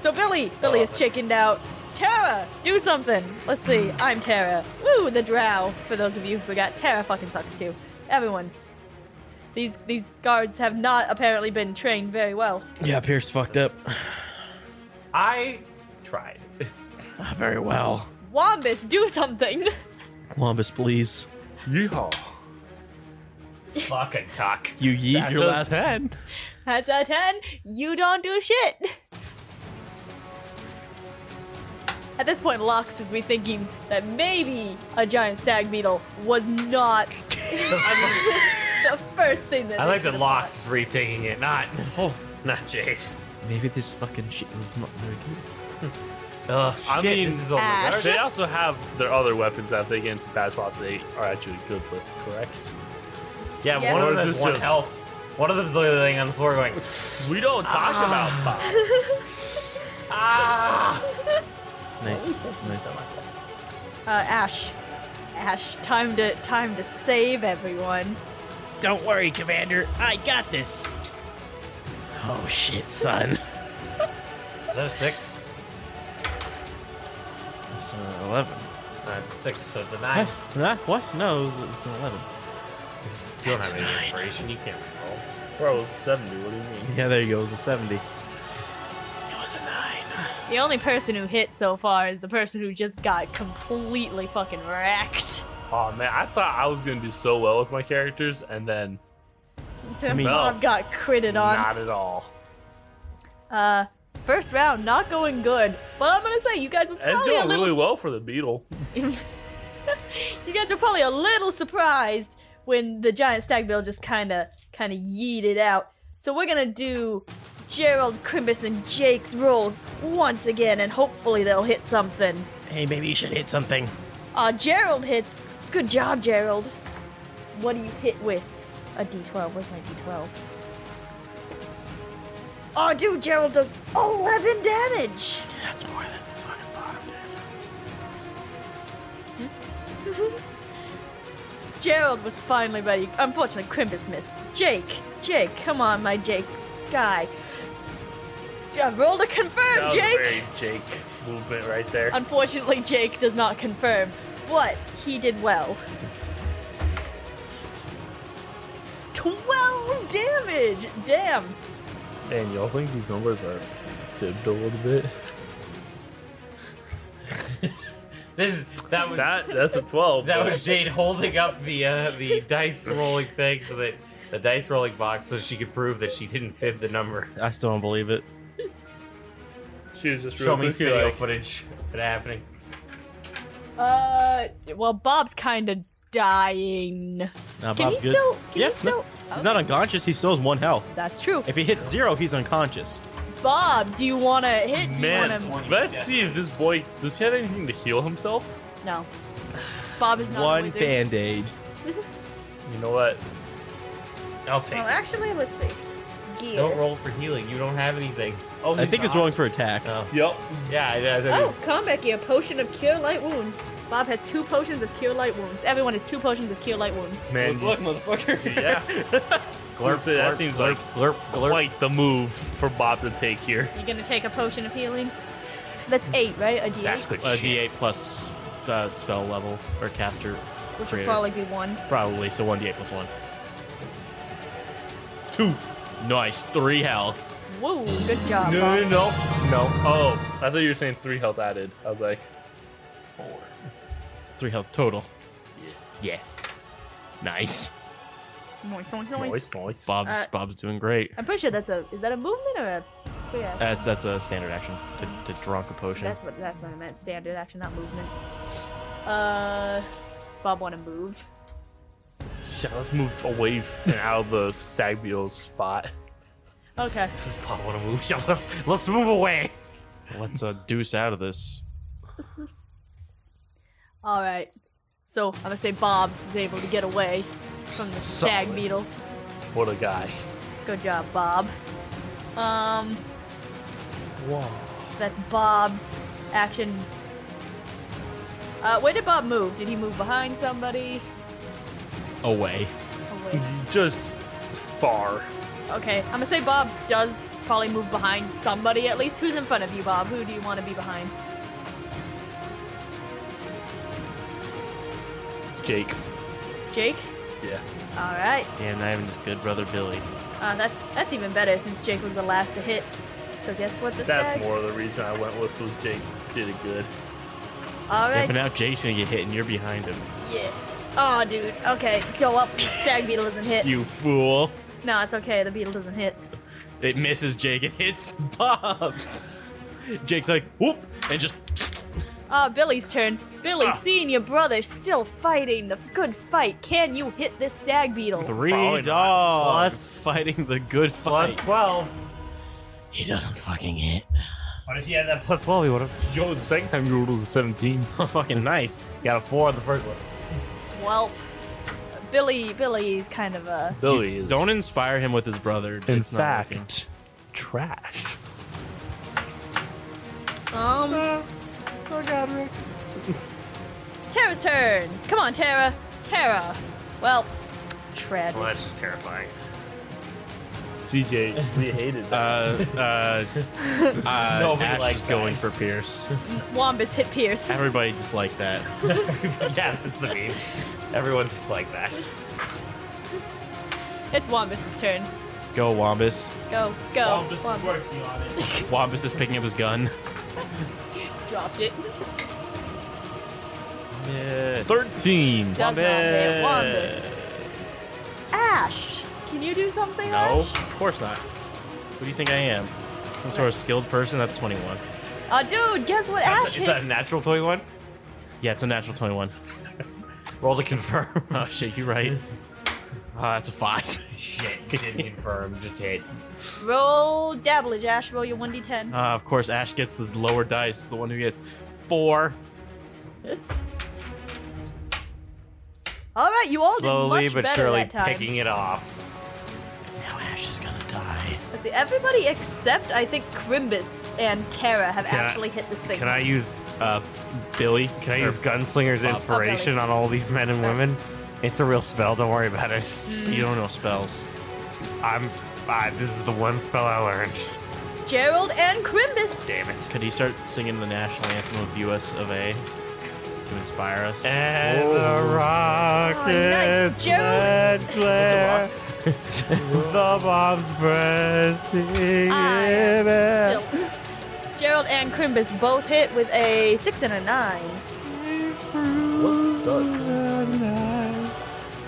Speaker 4: So Billy, Billy is chickened out. Tara, do something. Let's see. I'm Tara. Woo, the Drow. For those of you who forgot, Tara fucking sucks too. Everyone. These these guards have not apparently been trained very well.
Speaker 9: Yeah, Pierce fucked up.
Speaker 5: I tried.
Speaker 9: Not very well.
Speaker 4: Wombus, do something.
Speaker 9: Columbus, please.
Speaker 2: Yeehaw!
Speaker 5: Fucking cock.
Speaker 9: You yeet
Speaker 2: That's
Speaker 9: your
Speaker 2: a
Speaker 9: last ten.
Speaker 4: That's a ten. You don't do shit. At this point, Lux is rethinking that maybe a giant stag beetle was not the first thing that.
Speaker 5: I
Speaker 4: they
Speaker 5: like
Speaker 4: should
Speaker 5: that
Speaker 4: have
Speaker 5: Locke's rethinking it, not
Speaker 9: Oh,
Speaker 5: not Jade.
Speaker 9: maybe this fucking shit was not very good.
Speaker 5: Ugh, shit,
Speaker 2: I mean,
Speaker 5: this is all
Speaker 4: Ash.
Speaker 5: regardless.
Speaker 2: They also have their other weapons that they get into bad spots they are actually good with, correct?
Speaker 5: Yeah,
Speaker 4: Yeah.
Speaker 5: one
Speaker 2: Or
Speaker 5: of
Speaker 2: is
Speaker 5: them
Speaker 2: this
Speaker 5: has one
Speaker 2: just-
Speaker 5: health. One of them's literally laying on the floor going,
Speaker 2: We don't talk about Bob.
Speaker 5: ah!
Speaker 9: Nice, nice.
Speaker 4: Uh, Ash, Ash, time to time to save everyone.
Speaker 3: Don't worry, Commander. I got this. Oh shit, son.
Speaker 5: Is that a six?
Speaker 9: That's an uh, eleven.
Speaker 5: That's a six, so it's a nine.
Speaker 9: Huh? What? No, it was- it's an eleven.
Speaker 5: This is, you don't have any inspiration, you can't roll.
Speaker 2: Bro, it's 70. What do you mean?
Speaker 9: Yeah, there you go. It was a seventy.
Speaker 3: It was a nine.
Speaker 4: The only person who hit so far is the person who just got completely fucking wrecked.
Speaker 2: Oh man, I thought I was gonna do so well with my characters, and then
Speaker 4: Then
Speaker 9: mean-
Speaker 4: Bob got critted on.
Speaker 2: not at all.
Speaker 4: Uh, first round, not going good. But I'm gonna say you guys were
Speaker 2: It's
Speaker 4: probably a
Speaker 2: doing
Speaker 4: little.
Speaker 2: really well for the beetle.
Speaker 4: You guys are probably a little surprised when the giant stag bill just kind of kind of yeeted out. So we're gonna do Gerald, Crimbus, and Jake's rolls once again, and hopefully they'll hit something.
Speaker 3: Hey, maybe you should hit something.
Speaker 4: Uh, Gerald hits. Good job, Gerald. What do you hit with? A D12. Where's my D12? Oh, dude, Gerald does 11 damage.
Speaker 3: That's more than fucking bottom
Speaker 4: Gerald was finally ready. Unfortunately, Crimbus missed. Jake, Jake, come on, my Jake guy. Yeah, roll to confirm,
Speaker 2: That was a
Speaker 4: Jake.
Speaker 2: very Jake movement right there.
Speaker 4: Unfortunately, Jake does not confirm, but he did well. 12 damage! Damn!
Speaker 2: And y'all think these numbers are fibbed a little bit?
Speaker 5: This is, that was, that,
Speaker 2: That that's a 12. but-
Speaker 5: was Jade holding up the, uh, the dice rolling thing so that, the dice rolling box so she could prove that she didn't fib the number.
Speaker 9: I still don't believe it.
Speaker 2: she was just
Speaker 5: Show
Speaker 2: real
Speaker 5: me
Speaker 2: goofy,
Speaker 5: video
Speaker 2: like,
Speaker 5: footage of it happening.
Speaker 4: Uh, well, Bob's kind of dying.
Speaker 9: Nah,
Speaker 4: Can
Speaker 9: Bob's
Speaker 4: he
Speaker 9: good.
Speaker 4: still? Can
Speaker 9: Yeah,
Speaker 4: he
Speaker 9: no,
Speaker 4: still? Oh,
Speaker 9: He's not unconscious. He still has one health.
Speaker 4: That's true.
Speaker 9: If he hits zero, he's unconscious.
Speaker 4: Bob, do you want to hit? Do
Speaker 2: Man,
Speaker 4: you wanna...
Speaker 2: let's see if this boy does he have anything to heal himself?
Speaker 4: no. Bob is not a
Speaker 9: One
Speaker 4: wizard.
Speaker 9: band aid.
Speaker 2: You know what?
Speaker 5: I'll take
Speaker 4: Well,
Speaker 5: it.
Speaker 4: actually, let's see. Gear.
Speaker 5: Don't roll for healing. You don't have anything. Oh,
Speaker 9: I
Speaker 5: he's
Speaker 9: think it's
Speaker 5: not.
Speaker 9: rolling for attack.
Speaker 5: Oh.
Speaker 2: Yup.
Speaker 5: Yeah, I, I, I,
Speaker 4: Oh, combat gear, potion of cure light wounds. Bob has two potions of cure light wounds. Everyone has two potions of cure light wounds.
Speaker 2: Man, you s-
Speaker 5: motherfucker.
Speaker 2: yeah. Glurp,
Speaker 5: Glurp,
Speaker 2: that
Speaker 5: glurp,
Speaker 2: seems
Speaker 5: glurp,
Speaker 2: like
Speaker 5: glurp, glurp.
Speaker 2: quite the move for Bob to take here.
Speaker 4: You're gonna take a potion of healing. That's eight, right? A D8,
Speaker 5: That's good
Speaker 7: A
Speaker 5: shit.
Speaker 7: D8 plus uh, spell level or caster,
Speaker 4: which would
Speaker 7: creator.
Speaker 4: probably be one.
Speaker 7: probably. So one D8 plus one. Two. Nice. Three health.
Speaker 4: Whoa, good job.
Speaker 2: No,
Speaker 4: Bob.
Speaker 2: no, no, no. Oh, I thought you were saying three health added. I was like, four.
Speaker 7: Three health total. Yeah. Nice.
Speaker 4: Moist,
Speaker 2: Nice,
Speaker 4: moist, moist.
Speaker 2: nice.
Speaker 7: Bob's
Speaker 4: Uh,
Speaker 7: Bob's doing great.
Speaker 4: I'm pretty sure that's a. Is that a movement or a? so yeah.
Speaker 2: Uh,
Speaker 7: That's that's a standard action to, to drunk a potion.
Speaker 4: That's what that's what I meant. Standard action, not movement. Uh, does Bob want to move?
Speaker 2: Yeah, let's move away f- and out of the stag beetle's spot.
Speaker 4: Okay.
Speaker 5: Does Bob want to move? Yeah, let's let's move away.
Speaker 7: Let's uh, deuce out of this.
Speaker 4: All right. So I'm gonna say Bob is able to get away from the stag beetle.
Speaker 2: What a guy.
Speaker 4: Good job, Bob. Um. Wow. That's Bob's action. Uh, where did Bob move? Did he move behind somebody?
Speaker 7: Away.
Speaker 4: Oh, wait.
Speaker 2: Just far.
Speaker 4: Okay, I'm gonna say Bob does probably move behind somebody at least. Who's in front of you, Bob? Who do you want to be behind?
Speaker 2: It's Jake.
Speaker 4: Jake.
Speaker 2: Yeah.
Speaker 4: All right.
Speaker 7: Damn, not even just good brother Billy.
Speaker 4: Uh, that that's even better since Jake was the last to hit. So guess what? This
Speaker 2: That's
Speaker 4: tag?
Speaker 2: more of the reason I went with was Jake did it good.
Speaker 4: All
Speaker 7: Yeah, but
Speaker 4: right.
Speaker 7: now Jake's gonna get hit and you're behind him.
Speaker 4: Yeah. Oh, dude. Okay, go up. Stag beetle doesn't hit.
Speaker 7: You fool.
Speaker 4: No, it's okay. The beetle doesn't hit.
Speaker 7: It misses Jake. It hits Bob. Jake's like, whoop, and just
Speaker 4: Ah, Billy's turn.
Speaker 5: Ah.
Speaker 4: Billy, seeing your brother still fighting the good fight, can you hit this stag beetle?
Speaker 7: three
Speaker 2: Probably not.
Speaker 7: dogs fighting the good fight.
Speaker 5: twelve.
Speaker 3: He doesn't fucking hit.
Speaker 5: What if you had that plus twelve? You would have.
Speaker 2: Yo, the second time you rolled was a 17.
Speaker 7: fucking nice.
Speaker 5: Got a four on the first one.
Speaker 4: Well, Billy, Billy's kind of a.
Speaker 2: Billy is.
Speaker 7: Don't inspire him with his brother.
Speaker 2: in
Speaker 7: It's not working.
Speaker 2: fact, trash.
Speaker 4: Um.
Speaker 5: Ah.
Speaker 4: Tara's turn. Come on, Tara. Tara. Well, tread.
Speaker 5: Well, that's just terrifying.
Speaker 2: CJ, we hated
Speaker 7: uh,
Speaker 2: that.
Speaker 7: uh, uh,
Speaker 5: Nobody
Speaker 7: Ash
Speaker 5: likes
Speaker 7: is
Speaker 5: that.
Speaker 7: going for Pierce.
Speaker 4: Wombus hit Pierce.
Speaker 7: Everybody disliked that.
Speaker 5: yeah, that's the meme. Everyone disliked that.
Speaker 4: It's Wombus's turn.
Speaker 7: Go Wombus.
Speaker 4: Go, go. Womb-
Speaker 5: Oh, working on it.
Speaker 7: Wombus is picking up his gun.
Speaker 4: dropped it.
Speaker 7: Yeah.
Speaker 2: 13.
Speaker 4: Does not hit Wombus. Ash, can you do something?
Speaker 7: No,
Speaker 4: Ash?
Speaker 7: of course not. Who do you think I am? Some sort of skilled person. That's 21.
Speaker 4: Uh, dude, guess what? Ash
Speaker 5: Is that a
Speaker 4: hits.
Speaker 5: natural twenty-one?
Speaker 7: Yeah, it's a natural 21.
Speaker 5: Roll to confirm.
Speaker 7: Oh shit, you're right. Uh, that's a five.
Speaker 5: Shit, didn't confirm. Just hit.
Speaker 4: Roll dabblage, Ash. Roll your 1d10.
Speaker 7: Uh, of course, Ash gets the lower dice, the one who gets four.
Speaker 4: All right, you all
Speaker 5: Slowly
Speaker 4: did much
Speaker 5: but
Speaker 4: better
Speaker 5: surely
Speaker 4: that time.
Speaker 5: picking it off.
Speaker 3: Now Ash is gonna die.
Speaker 4: Let's see. Everybody except I think Crimbus and Tara have
Speaker 5: Can I-
Speaker 4: actually hit this thing.
Speaker 5: Can I
Speaker 4: once.
Speaker 5: use
Speaker 7: Uh, Billy.
Speaker 5: Can I
Speaker 7: Or-
Speaker 5: use Gunslinger's
Speaker 7: Bob.
Speaker 5: inspiration on all these men and women? It's a real spell. Don't worry about it.
Speaker 7: You don't know spells.
Speaker 5: I'm. Uh, this is the one spell I learned.
Speaker 4: Gerald and Crimbus?
Speaker 5: Damn it.
Speaker 7: Could he start singing the national anthem of U.S. of A. to inspire us?
Speaker 5: And
Speaker 2: Whoa.
Speaker 5: the rockets
Speaker 4: Oh, Gerald.
Speaker 5: red glare,
Speaker 4: Oh,
Speaker 5: the bombs bursting
Speaker 4: Ah,
Speaker 5: in
Speaker 4: yeah,
Speaker 5: air.
Speaker 4: still. Gerald and Crimbus both hit with a six and a nine.
Speaker 2: What studs?
Speaker 5: Tonight,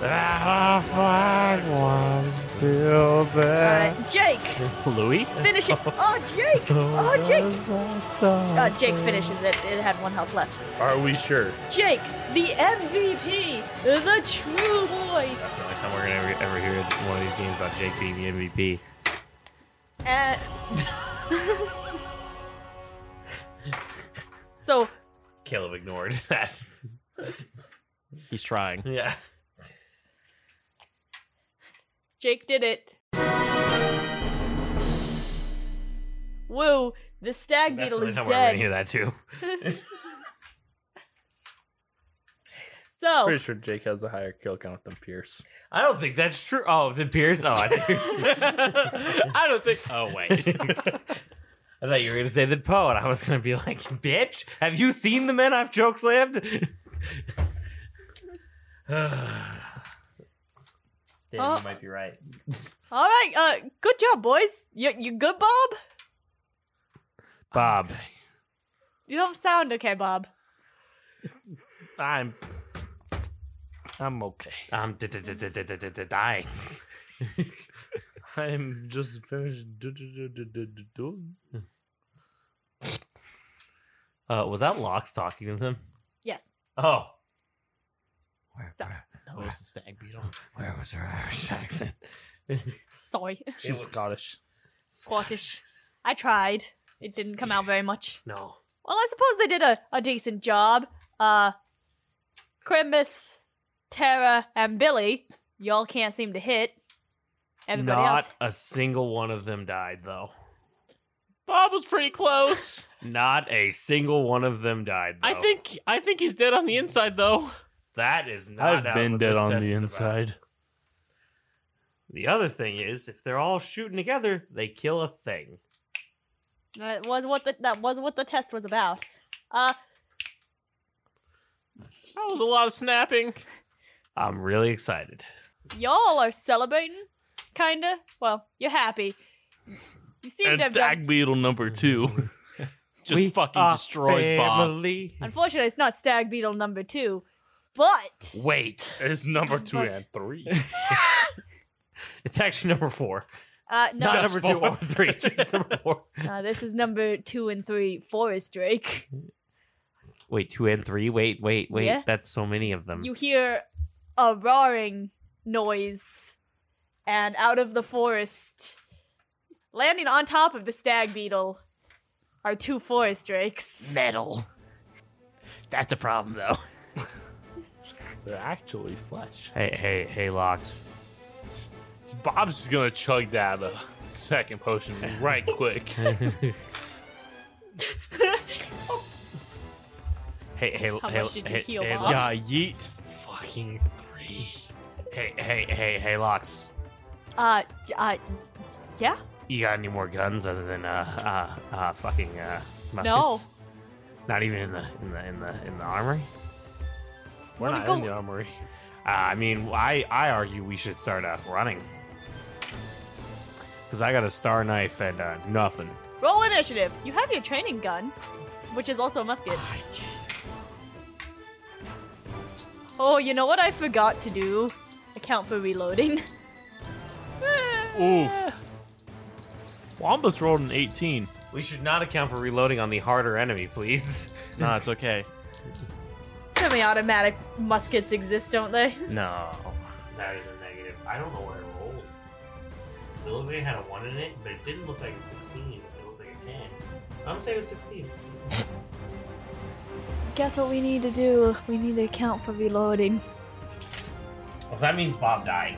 Speaker 5: That our flag was still
Speaker 4: All
Speaker 5: there.
Speaker 4: right, Uh, Jake,
Speaker 7: Louis?
Speaker 4: finish it. Oh, Jake. Oh, Jake. Uh, Jake finishes it. It had one health left.
Speaker 2: Are we sure?
Speaker 4: Jake, the MVP, the true boy.
Speaker 5: That's the only time we're gonna ever, ever hear one of these games about Jake being the MVP.
Speaker 4: Uh, so,
Speaker 5: Caleb ignored that.
Speaker 7: He's trying.
Speaker 5: yeah.
Speaker 4: Jake did it. Woo, the stag
Speaker 5: That's the
Speaker 4: beetle
Speaker 5: only
Speaker 4: is
Speaker 5: time we're ever gonna
Speaker 4: dead.
Speaker 5: hear that too.
Speaker 4: So
Speaker 2: Pretty sure Jake has a higher kill count than Pierce.
Speaker 5: I don't think that's true. Oh, the Pierce. Oh, I, think- I don't think. uh,
Speaker 7: Oh wait.
Speaker 5: I thought you were gonna say the Poe, and I was gonna be like, "Bitch, have you seen the men I've choke slammed?" Damn,
Speaker 4: Oh.
Speaker 5: you might be right.
Speaker 4: all right, uh, good job, boys. You you good, Bob?
Speaker 5: Bob,
Speaker 4: You don't sound okay, Bob.
Speaker 2: I'm I'm okay.
Speaker 5: I'm d- d- d- d- d- d- d- d- dying.
Speaker 2: I'm just finished do- do- do- do- do- do- do.
Speaker 5: Uh, was that Locks talking to him?
Speaker 4: Yes.
Speaker 5: Oh,
Speaker 4: Sorry.
Speaker 7: No, it was the stag beetle.
Speaker 5: where was her Irish accent?
Speaker 4: Sorry.
Speaker 2: She's Scottish.
Speaker 4: Scottish. I tried. It didn't come out very much.
Speaker 5: No.
Speaker 4: Well, I suppose they did a, a decent job. Uh, Crimbus, Tara, and Billy, y'all can't seem to hit. Everybody
Speaker 5: Not
Speaker 4: else.
Speaker 5: a single one of them died, though.
Speaker 7: Bob was pretty close.
Speaker 5: Not a single one of them died. Though.
Speaker 7: I think I think he's dead on the inside though.
Speaker 5: that is not.
Speaker 2: I've
Speaker 5: out
Speaker 2: been
Speaker 5: what
Speaker 2: dead
Speaker 5: this
Speaker 2: on
Speaker 5: test
Speaker 2: the
Speaker 5: is about.
Speaker 2: inside.
Speaker 5: The other thing is, if they're all shooting together, they kill a thing.
Speaker 4: That was what the that was what the test was about. Uh,
Speaker 7: That was a lot of snapping.
Speaker 5: I'm really excited.
Speaker 4: y'all are celebrating, kinda. Well, you're happy. You seem
Speaker 2: And
Speaker 4: to have done.
Speaker 2: Stag Beetle number two.
Speaker 7: Just fucking
Speaker 5: Ah,
Speaker 7: destroys Bob.
Speaker 5: Bob.
Speaker 4: Unfortunately, it's not Stag Beetle number two, but
Speaker 5: Wait,
Speaker 2: It's number two
Speaker 4: But-
Speaker 2: and three.
Speaker 5: it's actually number four.
Speaker 4: uh, no,
Speaker 5: Not number two
Speaker 7: four.
Speaker 5: or three. just number four.
Speaker 4: uh, this is number two and three. Forest Drake.
Speaker 5: Wait, two and three. Wait, wait, wait.
Speaker 4: Yeah.
Speaker 5: That's so many of them.
Speaker 4: You hear a roaring noise, and out of the forest, landing on top of the stag beetle, are two forest drakes.
Speaker 3: Metal. That's a problem, though.
Speaker 2: They're actually flesh.
Speaker 5: Hey, hey, hey, locks.
Speaker 2: Bob's just gonna chug that uh, second potion right quick.
Speaker 5: hey, hey,
Speaker 4: How
Speaker 5: hey,
Speaker 4: much did you
Speaker 5: hey,
Speaker 4: heal,
Speaker 5: hey,
Speaker 4: Bob?
Speaker 5: yeah.
Speaker 7: yeet fucking three.
Speaker 5: hey, hey, hey, hey, locks.
Speaker 4: Uh, uh, yeah.
Speaker 5: You got any more guns other than uh, uh, uh fucking uh, muskets?
Speaker 4: No.
Speaker 5: Not even in the in the in the in the armory.
Speaker 2: We're
Speaker 4: Wanna
Speaker 2: not
Speaker 4: go-
Speaker 2: in the armory.
Speaker 5: Uh, I mean, I I argue we should start uh, running. Cause I got a star knife and uh, nothing.
Speaker 4: Roll initiative. You have your training gun, which is also a musket. Oh, you know what I forgot to do? Account for reloading.
Speaker 2: Oof. Wampus rolled an 18.
Speaker 5: We should not account for reloading on the harder enemy, please.
Speaker 7: Nah, it's okay.
Speaker 4: Semi-automatic muskets exist, don't they?
Speaker 5: No, that is a negative. I don't know what I rolled. Zillivay had a one in it, but it didn't look like a sixteen. It looked like a ten. I'm saying sixteen.
Speaker 4: Guess what we need to do? We need to account for reloading.
Speaker 5: Well, Oh, that means Bob died.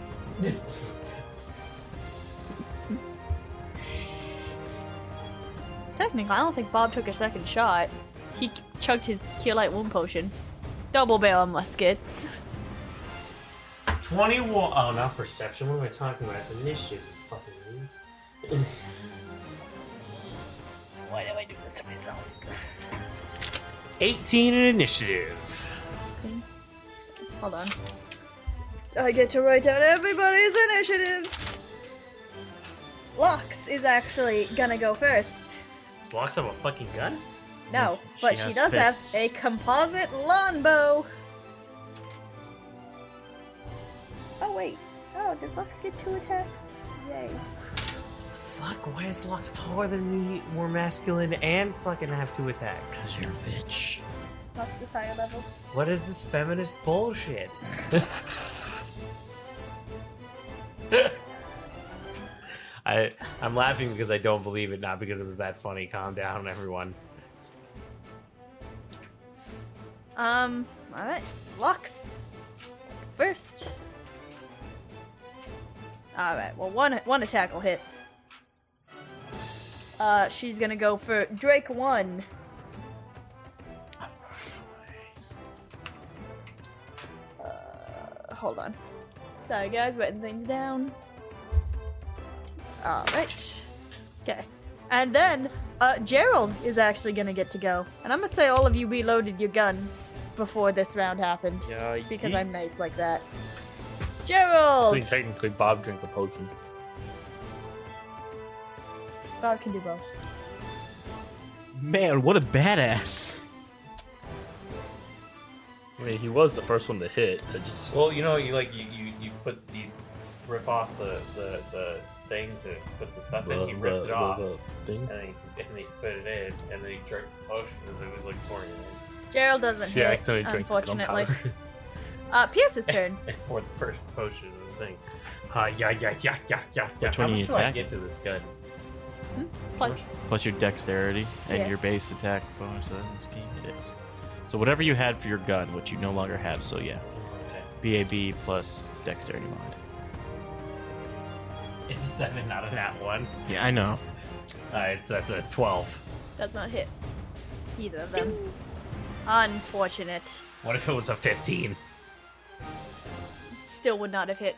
Speaker 4: Technically, I don't think Bob took a second shot. He ch- chugged his Keelite Wound Potion. Double barrel muskets.
Speaker 5: Twenty-one. Oh, not perception. What am I talking about? It's initiative. you Fucking. idiot.
Speaker 3: Why do I do this to myself?
Speaker 5: Eighteen in initiative.
Speaker 4: Hold on.
Speaker 10: I get to write down everybody's initiatives. Lux is actually gonna go first.
Speaker 5: Does Lox have a fucking gun?
Speaker 10: No, but she,
Speaker 9: has
Speaker 10: does
Speaker 9: fists.
Speaker 10: have a composite longbow. Oh wait. Oh, does Lux get two attacks? Yay.
Speaker 5: Fuck, why is Locks taller than me, more masculine, and fucking have two attacks?
Speaker 3: Because you're a bitch.
Speaker 10: Lux is higher level.
Speaker 5: What is this feminist bullshit? I I'm laughing because I don't believe it, not because it was that funny. Calm down, everyone.
Speaker 10: Um, alright. Lux. First. Alright, well one one attack will hit. Uh she's gonna go for Drake one. Uh, hold on.
Speaker 4: Sorry, guys, writing things down.
Speaker 10: All right. Okay. And then uh, Gerald is actually gonna get to go, and I'm gonna say all of you reloaded your guns before this round happened
Speaker 9: Yeah,
Speaker 10: because
Speaker 9: yeet.
Speaker 10: I'm nice like that.
Speaker 2: I mean,
Speaker 10: Gerald.
Speaker 2: technically, Bob drank a potion.
Speaker 10: Bob can do both.
Speaker 9: Man, what a badass.
Speaker 2: I mean, he was the first one to hit. I just
Speaker 5: Well, you know, you like you you, you put you rip off the, the the thing to put the stuff in. He ripped it off, and
Speaker 2: thing.
Speaker 5: then he, and he put it in, and then he drank the potion as it was like pouring in.
Speaker 10: Gerald doesn't
Speaker 2: Yeah, I
Speaker 10: hit,
Speaker 2: accidentally drank the
Speaker 10: unfortunately.
Speaker 2: gunpowder.
Speaker 10: Uh, Pierce's turn.
Speaker 5: And poured the first potion in the thing. Uh, yeah, yeah, yeah, yeah, yeah, yeah.
Speaker 7: Which
Speaker 5: How
Speaker 7: one are
Speaker 5: much
Speaker 7: you
Speaker 5: do I
Speaker 7: attacking?
Speaker 5: get to this gun?
Speaker 4: Plus,
Speaker 7: plus your dexterity and
Speaker 10: Yeah.
Speaker 7: your base attack bonus. So that's key. It is. So whatever you had for your gun, which you no longer have. So yeah, BAB plus dexterity mod.
Speaker 5: It's a seven out of that one.
Speaker 7: Yeah, I know.
Speaker 5: Uh, it's that's a twelve.
Speaker 4: does not hit either of them. Unfortunate.
Speaker 5: What if it was a fifteen?
Speaker 4: Still would not have hit.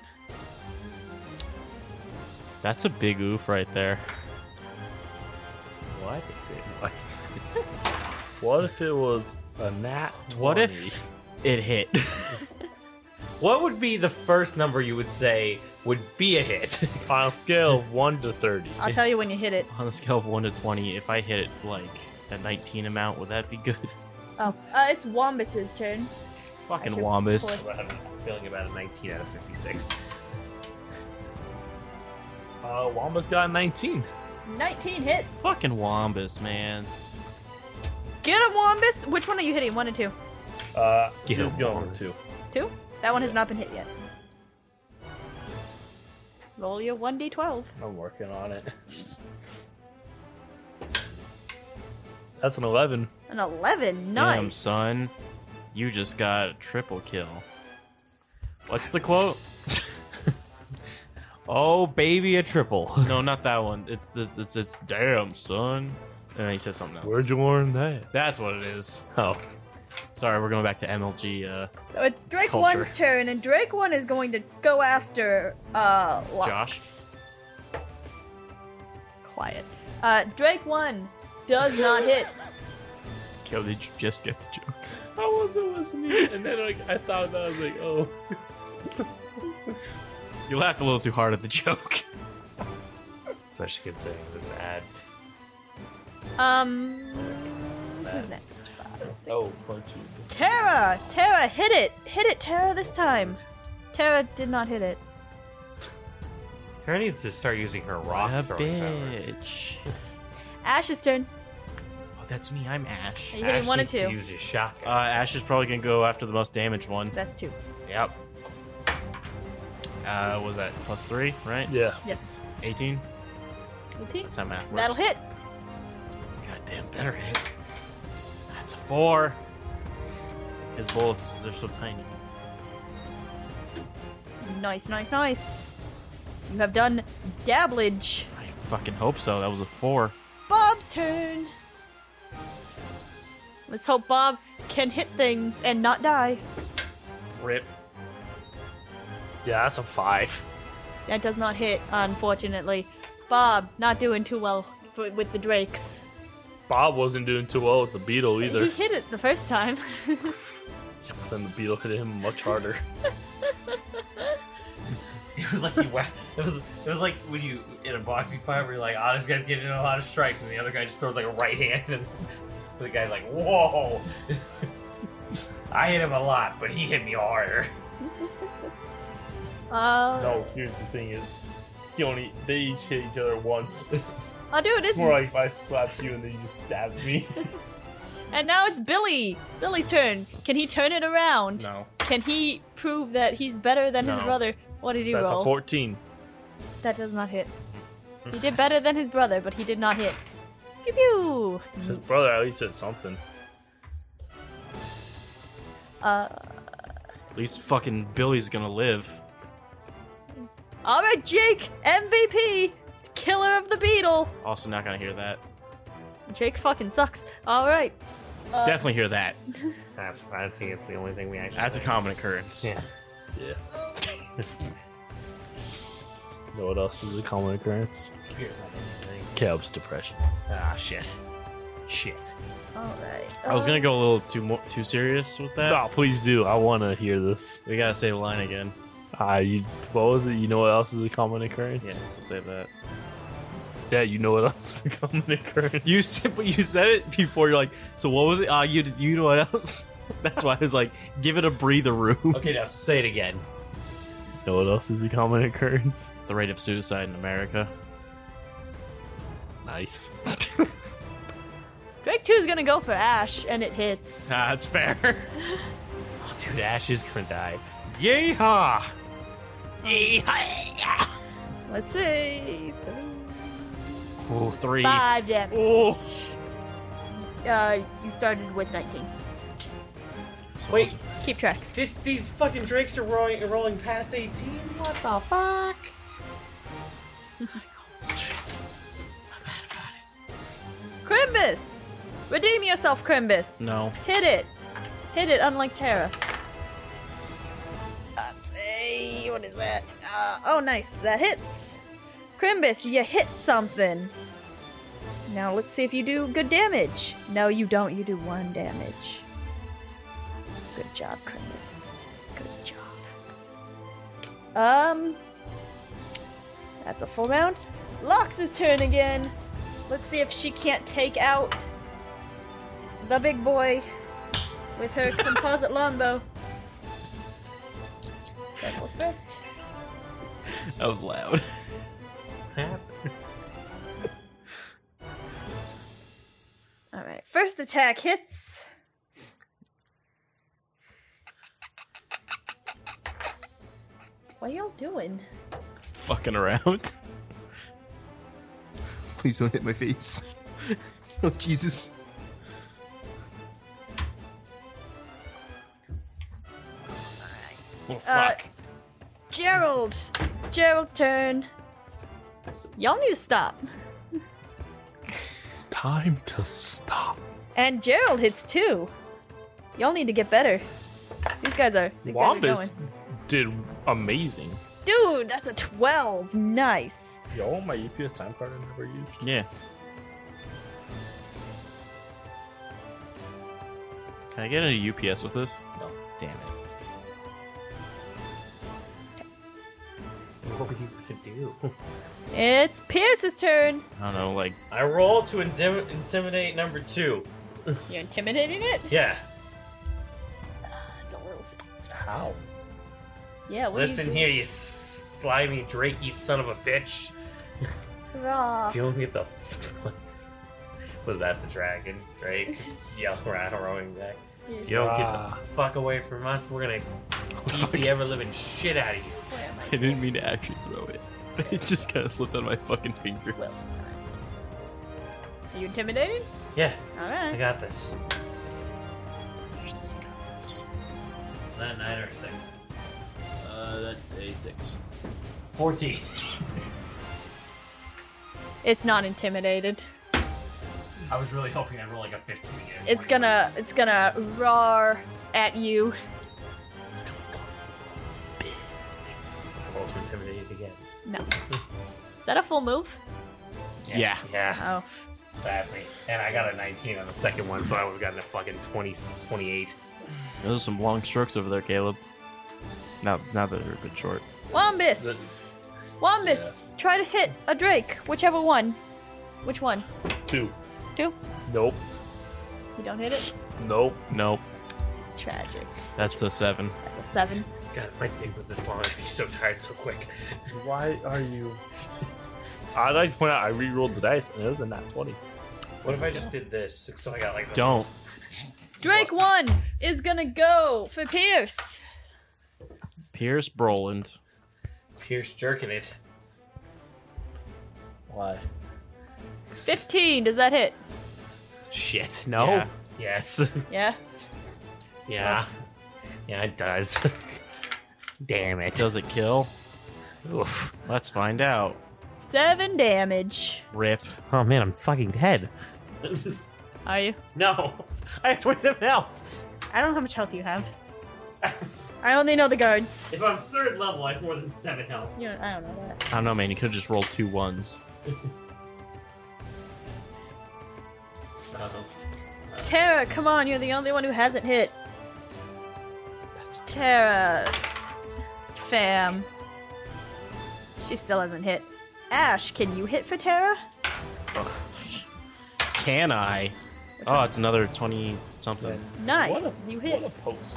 Speaker 7: That's a big oof right there.
Speaker 5: What if it was?
Speaker 2: What if it was a nat? 20?
Speaker 5: What if-
Speaker 7: It hit.
Speaker 5: What would be the first number you would say would be a hit?
Speaker 2: on a scale of one to thirty?
Speaker 10: I'll tell you when you hit it.
Speaker 7: On a scale of one to twenty, if I hit it like a nineteen amount, would that be good?
Speaker 4: Oh, uh, it's Wombus's turn.
Speaker 7: Fucking
Speaker 4: should
Speaker 7: Wombus.
Speaker 4: pull
Speaker 5: I'm feeling about a 19 out of 56.
Speaker 2: Uh, Wamba's got a nineteen.
Speaker 10: 19 hits.
Speaker 7: Fucking Wombus, man.
Speaker 10: Get him, Wombus. Which one are you hitting? One and two.
Speaker 2: Uh, she's
Speaker 7: Get him,
Speaker 2: going
Speaker 7: Wambus.
Speaker 2: to.
Speaker 10: Two. That one has not been hit yet.
Speaker 4: Roll your 1d12.
Speaker 2: I'm working on it. That's an eleven.
Speaker 10: An 11. Nice.
Speaker 7: Damn, son. You just got a triple kill. What's the quote?
Speaker 5: Oh, baby, a triple.
Speaker 7: No, not that one. It's the it's it's damn son. And he said something else.
Speaker 2: you learn that?
Speaker 7: That's what it is. Oh, sorry. We're going back to MLG. Uh,
Speaker 10: So it's Drake
Speaker 7: Culture.
Speaker 10: One's turn, and Drake One is going to go after uh Lux.
Speaker 7: Josh?
Speaker 10: Quiet.
Speaker 4: Uh, Drake 1 does not hit.
Speaker 7: Kale, did you just get the joke?
Speaker 2: I wasn't listening, and then like I thought that I was like, oh,
Speaker 7: You laughed a little too hard at the joke.
Speaker 5: Especially considering it was an ad.
Speaker 10: Um.
Speaker 4: Who's next? Five, six.
Speaker 7: Oh.
Speaker 10: Tara, Tara, hit it, hit it, Tara this time. Tara did not hit it.
Speaker 5: Her needs to start using her rock throwing powers.
Speaker 7: bitch.
Speaker 4: Ash's turn.
Speaker 7: Oh, that's me. I'm Ash.
Speaker 4: Are you hitting
Speaker 5: Ash
Speaker 4: one or
Speaker 5: needs to
Speaker 4: two?
Speaker 5: use his shotgun.
Speaker 7: Uh, Ash is probably gonna go after the most damaged one.
Speaker 10: That's two.
Speaker 7: Yep. Uh, was that plus three? Right.
Speaker 2: yeah.
Speaker 10: Yes.
Speaker 7: 18.
Speaker 4: 18.
Speaker 7: That's how math works.
Speaker 4: That'll hit.
Speaker 7: Goddamn, better hit. That's a four. His bullets, they're so tiny.
Speaker 10: Nice, nice, nice. You have done dabblage.
Speaker 7: I fucking hope so. That was a four.
Speaker 4: Bob's turn. Let's hope Bob can hit things and not die.
Speaker 2: Rip. Yeah, that's a five.
Speaker 4: That does not hit, unfortunately. Bob, not doing too well for, with the Drakes.
Speaker 2: Bob wasn't doing too well with the beetle either.
Speaker 4: He hit it the first time.
Speaker 2: Yeah, but then the beetle hit him much harder.
Speaker 5: it was like you wha- it was it was like when you in a boxing fight where you're like, oh, this guy's getting in a lot of strikes, and the other guy just throws like a right hand, and the guy's like, whoa. I hit him a lot, but he hit me harder.
Speaker 4: Uh,
Speaker 2: No, here's the thing: is he only they each hit each other once.
Speaker 4: Oh, dude, it's
Speaker 2: It's more like if I slapped you and then you just stabbed me.
Speaker 4: and now it's Billy. Billy's turn. Can he turn it around?
Speaker 5: No.
Speaker 4: Can he prove that he's better than his
Speaker 2: No.
Speaker 4: brother? What did he
Speaker 2: That's a
Speaker 4: roll?
Speaker 2: fourteen.
Speaker 4: That does not hit. He did better than his brother, but he did not hit. Pew pew.
Speaker 2: It's His brother at least said something.
Speaker 10: Uh,
Speaker 7: At least fucking Billy's gonna live.
Speaker 10: all right, Jake, MVP,
Speaker 4: Killer of the beetle.
Speaker 7: Also, not gonna hear that.
Speaker 10: Jake fucking sucks. All right.
Speaker 7: Uh, Definitely hear that.
Speaker 5: I I think it's the only thing we actually.
Speaker 7: That's a
Speaker 5: like.
Speaker 7: common occurrence.
Speaker 5: Yeah.
Speaker 2: Yeah. you know what else is a common occurrence? Caleb's depression.
Speaker 3: Ah, shit. Shit.
Speaker 10: All right.
Speaker 7: I was gonna go a little too mo- too serious with that.
Speaker 2: No, please do. I want to hear this.
Speaker 7: We gotta say the line again.
Speaker 2: Ah, you, what was it? You know what else is a common
Speaker 7: Yeah,
Speaker 2: occurrence?
Speaker 7: so save that.
Speaker 2: Yeah, you know what else is a common occurrence?
Speaker 7: You said, but you said it before. You're like, so what was it? Ah, you you know what else? That's why I was like, give it a breather room.
Speaker 5: Okay, now say it again.
Speaker 2: You know what else is a common occurrence?
Speaker 7: The rate of suicide in America.
Speaker 2: Nice.
Speaker 10: Um,
Speaker 4: Drake 2 is gonna go for Ash, and it hits.
Speaker 7: Ah, that's fair.
Speaker 5: Oh, dude, Ash is gonna die. Yeehaw!
Speaker 10: Let's see.
Speaker 7: Ooh, three.
Speaker 4: Five damage.
Speaker 5: Oh,
Speaker 10: Uh, you started with 19.
Speaker 7: So
Speaker 5: Wait.
Speaker 4: Keep track.
Speaker 5: this these fucking drakes are rolling rolling past eighteen. What the fuck?
Speaker 4: Crimbus! Redeem yourself, Crimbus!
Speaker 7: No.
Speaker 4: Hit it! Hit it, unlike Terra.
Speaker 10: That's a. What is that? Uh, oh, nice. That hits. Crimbus, you hit something. Now let's see if you do good damage. No, you don't. You do one damage. Good job, Crimbus. Good job. Um. That's a full round.
Speaker 4: Lox's turn again!
Speaker 10: Let's see if she can't take out the big boy with her composite longbow. That was first.
Speaker 7: That was loud.
Speaker 10: All right, first attack hits. What are y'all doing?
Speaker 7: Fucking around.
Speaker 11: Please don't hit my face. oh, Jesus.
Speaker 10: Uh, Gerald,
Speaker 4: Gerald's turn.
Speaker 10: y'all need to stop.
Speaker 2: It's time to stop.
Speaker 10: And Gerald hits two. Y'all need to get better.
Speaker 4: These guys are. These guys are
Speaker 2: Wampus did amazing.
Speaker 10: Dude, that's a twelve. Nice.
Speaker 2: Yo, want my EPS time card I never used.
Speaker 7: Yeah. Can I get a UPS with this? No. Damn it.
Speaker 5: What were you gonna do?
Speaker 4: going. It's Pierce's turn!
Speaker 7: I don't know, like
Speaker 5: I roll to intim- intimidate number two.
Speaker 10: You're intimidating it.
Speaker 5: Yeah.
Speaker 10: That's a little. sick.
Speaker 5: How?
Speaker 4: Yeah, what
Speaker 5: Listen
Speaker 4: do you
Speaker 5: here, you s- slimy, drakey son of a bitch.
Speaker 4: Uh-huh.
Speaker 10: Raw.
Speaker 5: Feel me at the. F- Was that the dragon, Drake? Yell around, rowing back. If you don't get the fuck away from us, we're gonna beat Ah. the ever living shit out of you.
Speaker 7: I didn't mean to actually throw it. It just kind of slipped out of my fucking fingers.
Speaker 10: Are you intimidated?
Speaker 5: Yeah,
Speaker 10: All
Speaker 5: I
Speaker 10: right.
Speaker 5: got this.
Speaker 7: Just doesn't got this.
Speaker 5: Is that a nine or a six?
Speaker 7: Uh, that's a six.
Speaker 5: Fourteen.
Speaker 4: It's not intimidated.
Speaker 5: I was really hoping I'd roll like a fifteen again.
Speaker 4: It's gonna. It's gonna roar at you.
Speaker 5: roll to intimidate again.
Speaker 4: No. Is that a full move?
Speaker 7: Yeah.
Speaker 5: Yeah,
Speaker 4: Oh.
Speaker 5: sadly. And I got a nineteen on the second one, so I would have gotten a fucking 20, 28.
Speaker 7: Those are some long strokes over there, Caleb. Now, now that they're a bit short.
Speaker 4: Wombus! Wombus! Try to hit a Drake, whichever one. Which one?
Speaker 2: Two.
Speaker 4: Two?
Speaker 2: Nope.
Speaker 4: You don't hit it?
Speaker 2: Nope.
Speaker 7: Nope,
Speaker 4: Tragic.
Speaker 7: that's a seven.
Speaker 4: That's a seven.
Speaker 5: God, if my dick was this long, I'd be so tired so quick.
Speaker 2: Why are you? I'd like to point out I re-rolled the dice and it was a nat twenty.
Speaker 5: What if I just did this? So I got like the
Speaker 7: Don't.
Speaker 4: Drake one is gonna go for Pierce.
Speaker 7: Pierce Broland.
Speaker 5: Pierce jerking it.
Speaker 2: Why?
Speaker 4: Fifteen. Does that hit?
Speaker 5: Shit.
Speaker 7: no. Yeah.
Speaker 5: Yes.
Speaker 4: Yeah.
Speaker 5: Yeah. Yeah, it does. Damn it.
Speaker 7: Does it kill?
Speaker 5: Oof.
Speaker 7: Let's find out.
Speaker 4: Seven damage.
Speaker 7: Rip.
Speaker 5: Oh man, I'm fucking dead.
Speaker 4: Are you?
Speaker 5: No. I have 27 health.
Speaker 10: I don't know how much health you have.
Speaker 4: I only know the guards.
Speaker 12: If I'm third level, I have more than seven health.
Speaker 4: You know, I don't know that.
Speaker 7: I don't know, man. You could have just rolled two ones.
Speaker 12: Uh,
Speaker 4: Tara, come on, you're the only one who hasn't hit. Tara. Fam. She still hasn't hit. Ash, can you hit for Tara?
Speaker 7: Can I? Oh, it's another twenty something.
Speaker 4: Nice.
Speaker 2: What
Speaker 4: you hit.
Speaker 2: What a post.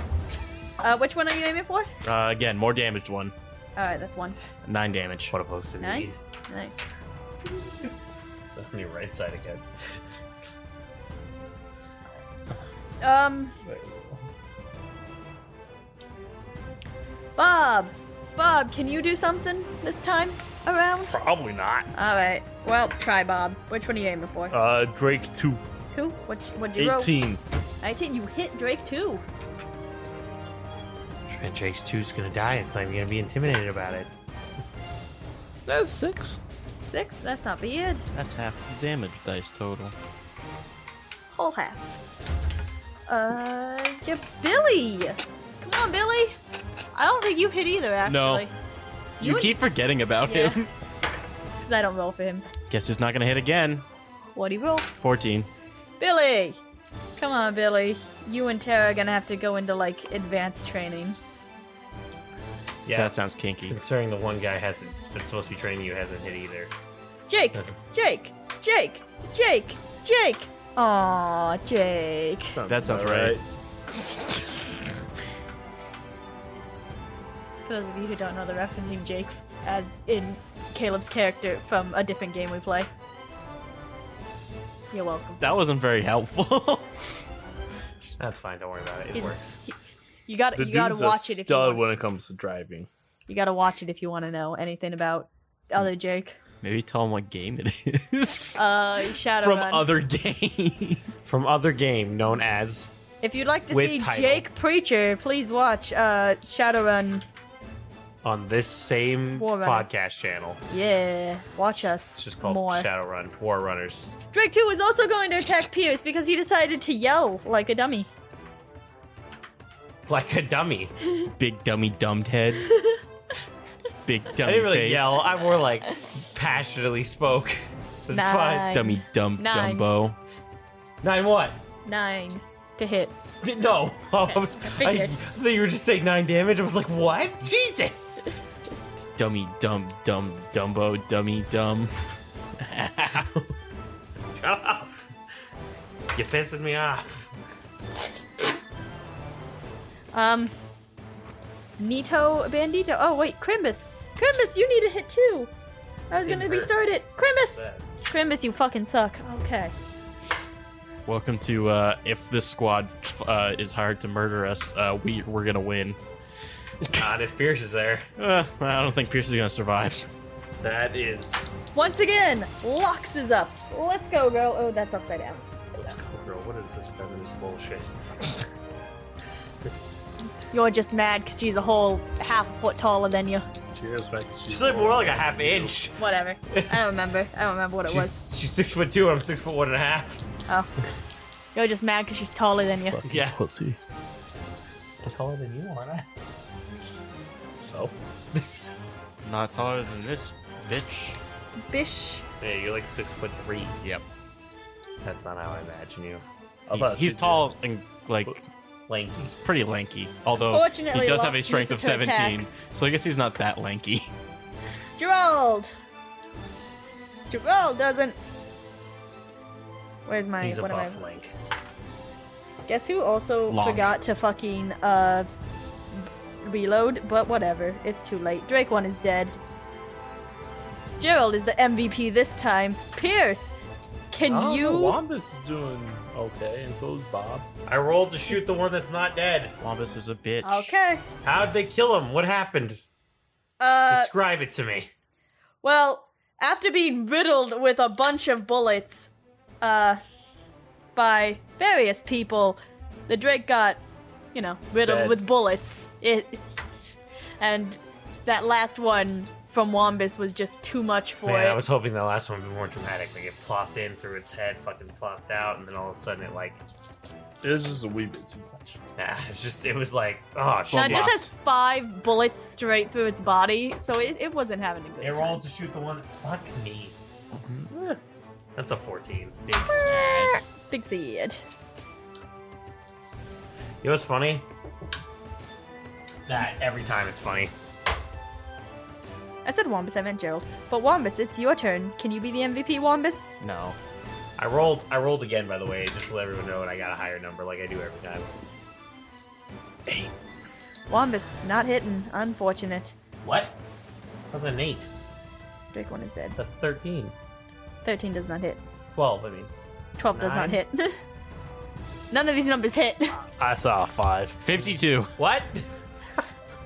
Speaker 4: Uh, which one are you aiming for? All
Speaker 7: Uh, again, more damaged one.
Speaker 4: right, that's one.
Speaker 7: Nine damage.
Speaker 5: What a post to
Speaker 4: Nine.
Speaker 5: need.
Speaker 4: Nice.
Speaker 5: On your right side again.
Speaker 4: Um, Bob, Bob, can you do something this time around?
Speaker 2: Probably not.
Speaker 4: All right. Well, try Bob. Which one are you aiming for?
Speaker 2: Uh, Drake two.
Speaker 4: Two. What? What'd you roll?
Speaker 2: Eighteen.
Speaker 4: Nineteen. You hit Drake too.
Speaker 5: And Jake's two's gonna die. It's not even gonna be intimidated about it.
Speaker 13: That's six.
Speaker 4: Six. That's not bad.
Speaker 13: That's half the damage dice total.
Speaker 4: Whole half. Uh, yeah, Billy. Come on, Billy. I don't think you've hit either.
Speaker 7: No.
Speaker 4: Actually,
Speaker 7: You,
Speaker 4: would-
Speaker 7: keep forgetting about
Speaker 4: Yeah.
Speaker 7: him.
Speaker 4: 'Cause I don't roll for him.
Speaker 7: Guess who's not gonna hit again?
Speaker 4: What do you roll?
Speaker 7: Fourteen.
Speaker 4: Billy. Come on, Billy. You and Tara are gonna have to go into like advanced training.
Speaker 5: Yeah,
Speaker 7: That sounds kinky.
Speaker 5: considering the one guy hasn't that's supposed to be training you hasn't hit either.
Speaker 4: Jake,
Speaker 5: Yes.
Speaker 4: Jake, Jake, Jake, Jake. Aw, Jake.
Speaker 7: That sounds right.
Speaker 4: For those of you who don't know, they're referencing Jake as in Caleb's character from a different game we play. You're welcome.
Speaker 7: That wasn't very helpful.
Speaker 5: That's fine. Don't worry about it. It
Speaker 4: He's-
Speaker 5: works.
Speaker 4: You got
Speaker 2: The
Speaker 4: to you got to
Speaker 2: dude's
Speaker 4: watch
Speaker 2: a
Speaker 4: it if you
Speaker 2: stud
Speaker 4: want.
Speaker 2: when it comes to driving.
Speaker 4: You got to watch it if you want to know anything about other Jake.
Speaker 7: Maybe tell him what game it is.
Speaker 4: Uh, Shadowrun.
Speaker 7: From other game.
Speaker 5: From other game known as
Speaker 4: if you'd like to
Speaker 5: with
Speaker 4: see
Speaker 5: title.
Speaker 4: Jake Preacher, please watch uh Shadowrun.
Speaker 5: on this same
Speaker 4: War Runners.
Speaker 5: podcast channel.
Speaker 4: Yeah, watch us
Speaker 5: It's just called
Speaker 4: more.
Speaker 5: Shadowrun War Runners.
Speaker 4: Drake 2 is also going to attack Pierce because he decided to yell like a dummy.
Speaker 5: Like a dummy.
Speaker 7: Big dummy dumbed head. Big dummy
Speaker 5: I didn't really
Speaker 7: face.
Speaker 5: yell. I more like passionately spoke. It's fine.
Speaker 4: Nine.
Speaker 7: Dummy dumb
Speaker 4: Nine.
Speaker 7: Dumbo.
Speaker 5: Nine what?
Speaker 4: Nine to hit.
Speaker 5: No. Oh, I, was, I, I
Speaker 4: figured.
Speaker 5: thought you were just saying nine damage. I was like, what? Jesus.
Speaker 7: Dummy dumb dumb Dumbo. Dummy dumb.
Speaker 5: Shut up. You're pissing me off.
Speaker 4: Um. Nito Bandito. Oh, wait, Krimbus. Krimbus, you need a hit too. I was
Speaker 5: Didn't
Speaker 4: gonna
Speaker 5: hurt.
Speaker 4: restart it. Krimbus! Krimbus, you fucking suck. Okay.
Speaker 7: Welcome to uh, if this squad uh, is hired to murder us, uh, we we're gonna win.
Speaker 5: Not if Pierce is there.
Speaker 7: Uh, I don't think Pierce is gonna survive.
Speaker 5: That is.
Speaker 4: Once again, Lux is up. Let's go, girl. Oh, that's upside down.
Speaker 5: Let's go, girl. What is this feminist bullshit?
Speaker 4: You're just mad because she's a whole half a foot taller than you.
Speaker 2: Cheers, back.
Speaker 5: She's like more like a half inch.
Speaker 4: Whatever. I don't remember. I don't remember what it was.
Speaker 5: She's, she's six foot two. I'm six foot one and a half.
Speaker 4: Oh. You're just mad because she's taller than you.
Speaker 5: Yeah.
Speaker 2: pussy.
Speaker 5: taller than you, aren't I?
Speaker 2: So
Speaker 7: Not taller than this bitch.
Speaker 4: Bish.
Speaker 5: Yeah, you're like six foot three. Yep. That's not how I imagine you.
Speaker 2: I thought
Speaker 7: he's
Speaker 2: Sid-
Speaker 7: tall and like
Speaker 5: Lanky.
Speaker 7: pretty lanky, although
Speaker 4: Fortunately,
Speaker 7: he does
Speaker 4: Locke
Speaker 7: have a strength of
Speaker 4: uses her
Speaker 7: 17,
Speaker 4: attacks.
Speaker 7: so I guess he's not that lanky.
Speaker 4: Gerald. Gerald doesn't. Where's my?
Speaker 5: He's a
Speaker 4: what am I?
Speaker 5: buff Link.
Speaker 4: Guess who also
Speaker 7: Long.
Speaker 4: forgot to fucking uh reload? But whatever, it's too late. Drake one is dead. Gerald is the MVP this time. Pierce, can
Speaker 2: I don't
Speaker 4: you?
Speaker 2: know, Wampus is doing okay, and so is Bob.
Speaker 5: I rolled to shoot the one that's not dead.
Speaker 7: Wampus is a bitch.
Speaker 4: Okay.
Speaker 5: How'd they kill him? What happened?
Speaker 4: Uh,
Speaker 5: Describe it to me.
Speaker 4: Well, after being riddled with a bunch of bullets, uh, by various people, the Drake got, you know, riddled
Speaker 2: Dead.
Speaker 4: with bullets. It, and that last one from Wombus was just too much for
Speaker 5: Man,
Speaker 4: it.
Speaker 5: I was hoping the last one would be more dramatic. Like it plopped in through its head, fucking plopped out, and then all of a sudden it like
Speaker 2: It is just a wee bit too much.
Speaker 5: Nah, it's just it was like oh shit.
Speaker 14: No, it just has five bullets straight through its body, so it, it wasn't having a good
Speaker 5: It
Speaker 14: time.
Speaker 5: rolls to shoot the one. Fuck me. Mm-hmm. That's a fourteen. Big
Speaker 14: Big seed.
Speaker 5: You know what's funny? That every time it's funny.
Speaker 4: I said Wombus, I meant Gerald. But Wombus, it's your turn. Can you be the MVP, Wombus?
Speaker 5: No. I rolled. I rolled again, by the way, just to let everyone know, and I got a higher number, like I do every time.
Speaker 4: Wombus, not hitting. Unfortunate.
Speaker 5: What? That was an eight.
Speaker 4: Drake one is dead.
Speaker 5: That's thirteen.
Speaker 4: 13 does not hit.
Speaker 5: Twelve. I mean.
Speaker 4: 12 does not
Speaker 5: Nine.
Speaker 4: hit. None of these numbers hit.
Speaker 7: I saw five. 52.
Speaker 5: What?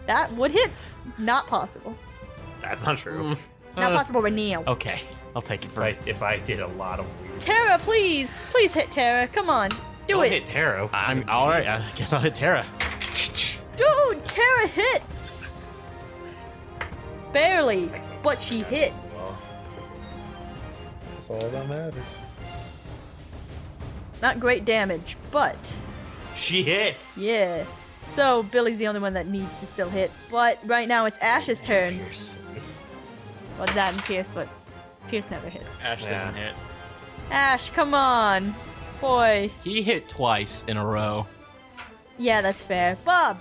Speaker 4: That would hit. Not possible.
Speaker 5: That's not true.
Speaker 2: Uh,
Speaker 4: Not possible with Neo.
Speaker 2: oh.
Speaker 7: Okay, I'll take it
Speaker 5: for if I, if I did a lot of weird.
Speaker 4: Tara, please. Please hit Tara. Come on. Do
Speaker 5: Don't
Speaker 4: it.
Speaker 5: hit Taro.
Speaker 7: I'm all right. I guess I'll hit Tara.
Speaker 4: Dude, Tara hits. Barely, but she hits.
Speaker 2: That's all that matters.
Speaker 4: Not great damage, but
Speaker 5: She hits.
Speaker 4: yeah. So Billy's the only one that needs to still hit, but right now it's Ash's turn. Well, that and Pierce, but Pierce never hits.
Speaker 7: Ash
Speaker 5: Yeah.
Speaker 7: doesn't hit.
Speaker 4: Ash, come on, boy.
Speaker 7: He hit twice in a row.
Speaker 4: Yeah, that's fair. Bob,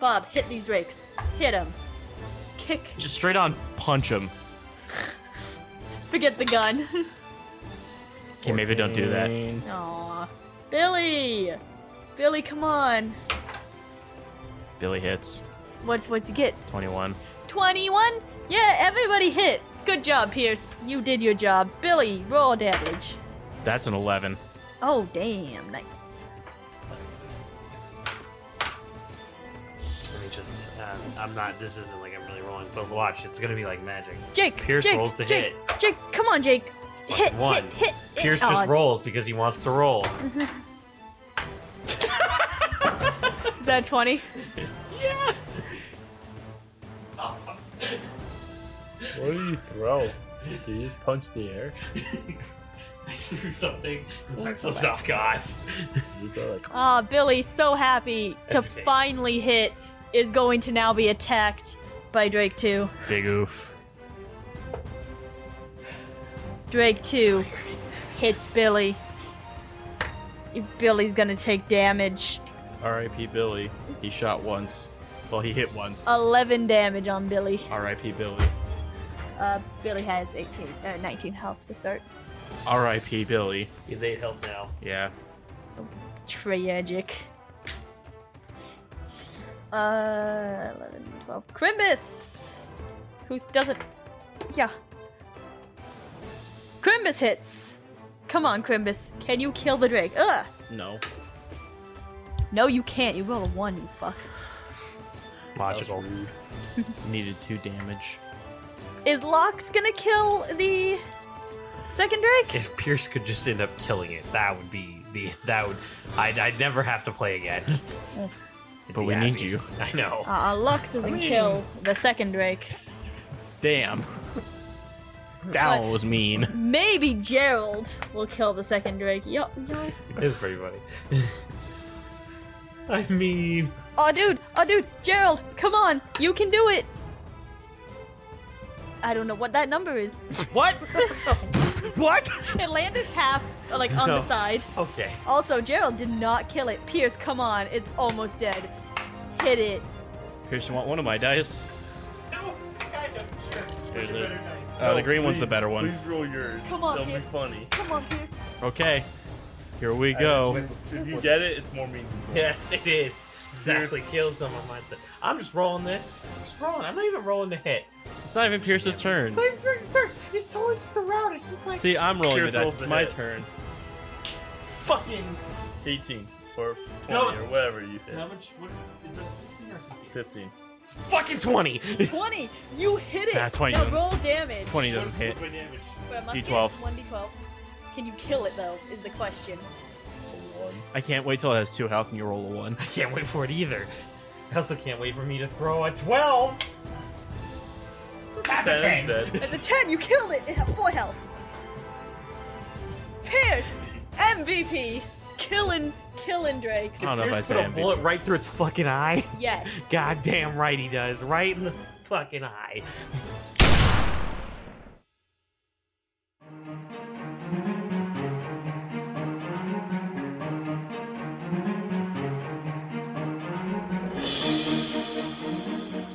Speaker 4: Bob, hit these drakes. Hit them. Kick.
Speaker 7: Just straight on punch him.
Speaker 4: Forget the gun.
Speaker 7: Okay, maybe don't do that.
Speaker 4: Aw, Billy, Billy, come on.
Speaker 7: Billy hits.
Speaker 4: What's what's you get?
Speaker 7: 21.
Speaker 4: 21? Yeah, everybody hit. Good job, Pierce. You did your job. Billy, roll damage.
Speaker 7: That's an 11.
Speaker 4: Oh, damn. Nice.
Speaker 5: Let me just. Um, I'm not. This isn't like I'm really rolling, but watch. It's gonna be like magic.
Speaker 4: Jake.
Speaker 5: Pierce
Speaker 4: Jake,
Speaker 5: rolls the
Speaker 4: Jake,
Speaker 5: hit.
Speaker 4: Jake, come on, Jake.
Speaker 5: Plus
Speaker 4: hit,
Speaker 5: one.
Speaker 4: hit, Oh, hit, hit.
Speaker 5: Pierce
Speaker 4: Aw,
Speaker 5: just rolls because he wants to roll.
Speaker 14: Is that 20?
Speaker 2: What do you throw? Do you just punch the air?
Speaker 15: I threw something.
Speaker 5: I flipped off God.
Speaker 2: You throw like
Speaker 14: Ah, Billy, so happy to
Speaker 5: That's okay.
Speaker 14: finally hit, is going to now be attacked by Drake 2.
Speaker 7: Big oof.
Speaker 4: Drake 2 hits Billy. Billy's gonna take damage.
Speaker 7: R.I.P. Billy. He shot once. Well, he hit once.
Speaker 4: Oh.
Speaker 14: 11 damage on Billy.
Speaker 7: R.I.P. Billy.
Speaker 4: Uh, Billy has 18, uh, 19 health to start.
Speaker 7: R.I.P. Billy.
Speaker 5: He's eight health now.
Speaker 7: Yeah.
Speaker 4: Tragic. Uh, 11, 12. Crimbus! Who doesn't. Yeah. Crimbus hits! Come on, Crimbus. Can you kill the Drake? Ugh!
Speaker 7: No.
Speaker 4: No, you can't. You roll a 1, you fuck.
Speaker 7: Logical. Needed two damage.
Speaker 4: Is Locke's gonna kill the second Drake?
Speaker 5: If Pierce could just end up killing it, that would be the that would I'd, I'd never have to play again. I'd
Speaker 7: But
Speaker 5: be
Speaker 7: we
Speaker 5: happy.
Speaker 7: need you.
Speaker 5: I know.
Speaker 4: Uh, Locke doesn't kill the second Drake.
Speaker 7: Damn. That one was mean.
Speaker 4: Maybe Gerald will kill the second Drake. Yo, yo.
Speaker 5: It was pretty funny. I mean,
Speaker 4: Oh, dude! Oh, dude! Gerald, come on! You can do it! I don't know what that number is.
Speaker 7: What? what?
Speaker 4: It landed half, like, on the
Speaker 5: No.
Speaker 4: side.
Speaker 5: okay.
Speaker 4: Also, Gerald did not kill it. Pierce, come on. It's almost dead. Hit it.
Speaker 7: Pierce, you want one of my dice?
Speaker 15: No, kind of. Sure. What's
Speaker 7: Here's
Speaker 15: your
Speaker 7: the-
Speaker 15: better dice?
Speaker 7: Uh, the green one's the better one.
Speaker 2: Oh, Please roll yours.
Speaker 4: Come on,
Speaker 2: That'll
Speaker 4: Pierce.
Speaker 2: be funny.
Speaker 4: Come on, Pierce.
Speaker 7: Okay. Here we go.
Speaker 2: If you get it, it's more meaningful.
Speaker 5: Yes, it is. Exactly. Killed someone mindset. I'm just rolling this. Just rolling. I'm not even rolling to hit.
Speaker 7: It's not even Pierce's turn.
Speaker 5: It's not even Pierce's turn. It's totally just a round. It's just like
Speaker 7: See, I'm rolling the
Speaker 2: Pierce rolls
Speaker 7: dice. It's
Speaker 2: the
Speaker 7: my
Speaker 2: hit.
Speaker 7: turn.
Speaker 5: fucking.
Speaker 2: 18 or 20
Speaker 15: No,
Speaker 2: or
Speaker 15: it's-
Speaker 2: whatever you hit.
Speaker 15: How much? What is? Is that 16 or 15?
Speaker 2: 15.
Speaker 5: It's fucking twenty.
Speaker 4: 20! You hit it!
Speaker 7: Nah, 20
Speaker 4: Now
Speaker 7: doesn't-
Speaker 4: roll damage.
Speaker 7: 20 doesn't hit.
Speaker 15: What's my damage?
Speaker 4: For a musket,
Speaker 7: D12.
Speaker 4: 1d12. Can you kill it, though, is the question.
Speaker 2: It's a 1.
Speaker 7: I can't wait till it has two health and you roll a one.
Speaker 5: I can't wait for it either. I also can't wait for me to throw a twelve. That's a
Speaker 2: Ten is
Speaker 5: ten.
Speaker 2: dead.
Speaker 4: As a 10, you killed it! It had 4 health. Pierce! MVP! killing, killing Drake.
Speaker 5: I don't know if I'd say MVP. bullet right through its fucking eye.
Speaker 4: Yes.
Speaker 5: Goddamn right he does. Right in the fucking eye.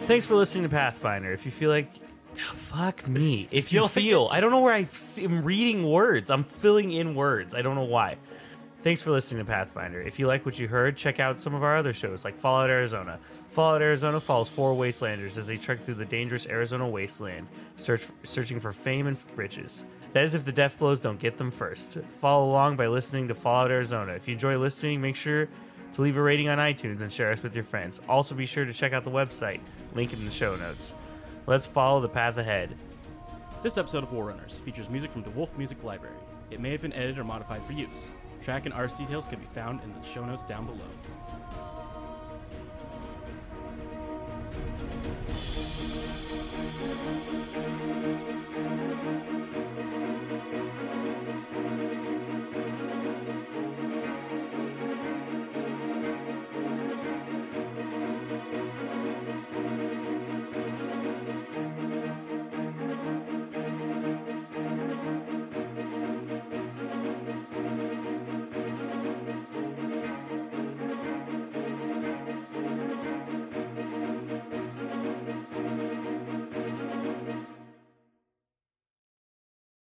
Speaker 5: Thanks for listening to Pathfinder. If you feel like, "Ah, fuck me. If you
Speaker 7: You'll think
Speaker 5: feel, I don't know where I s- am reading words. I'm filling in words. I don't know why. Thanks for listening to Pathfinder. If you like what you heard, check out some of our other shows like Fallout Arizona. Fallout Arizona follows four wastelanders as they trek through the dangerous Arizona wasteland, search, searching for fame and riches. That is if the death blows don't get them first. Follow along by listening to Fallout Arizona. If you enjoy listening, make sure to leave a rating on iTunes and share us with your friends. Also, be sure to check out the website, link in the show notes. Let's follow the path ahead.
Speaker 16: This episode of Warrunners features music from the Wolf Music Library. It may have been edited or modified for use. Track and artist details can be found in the show notes down below.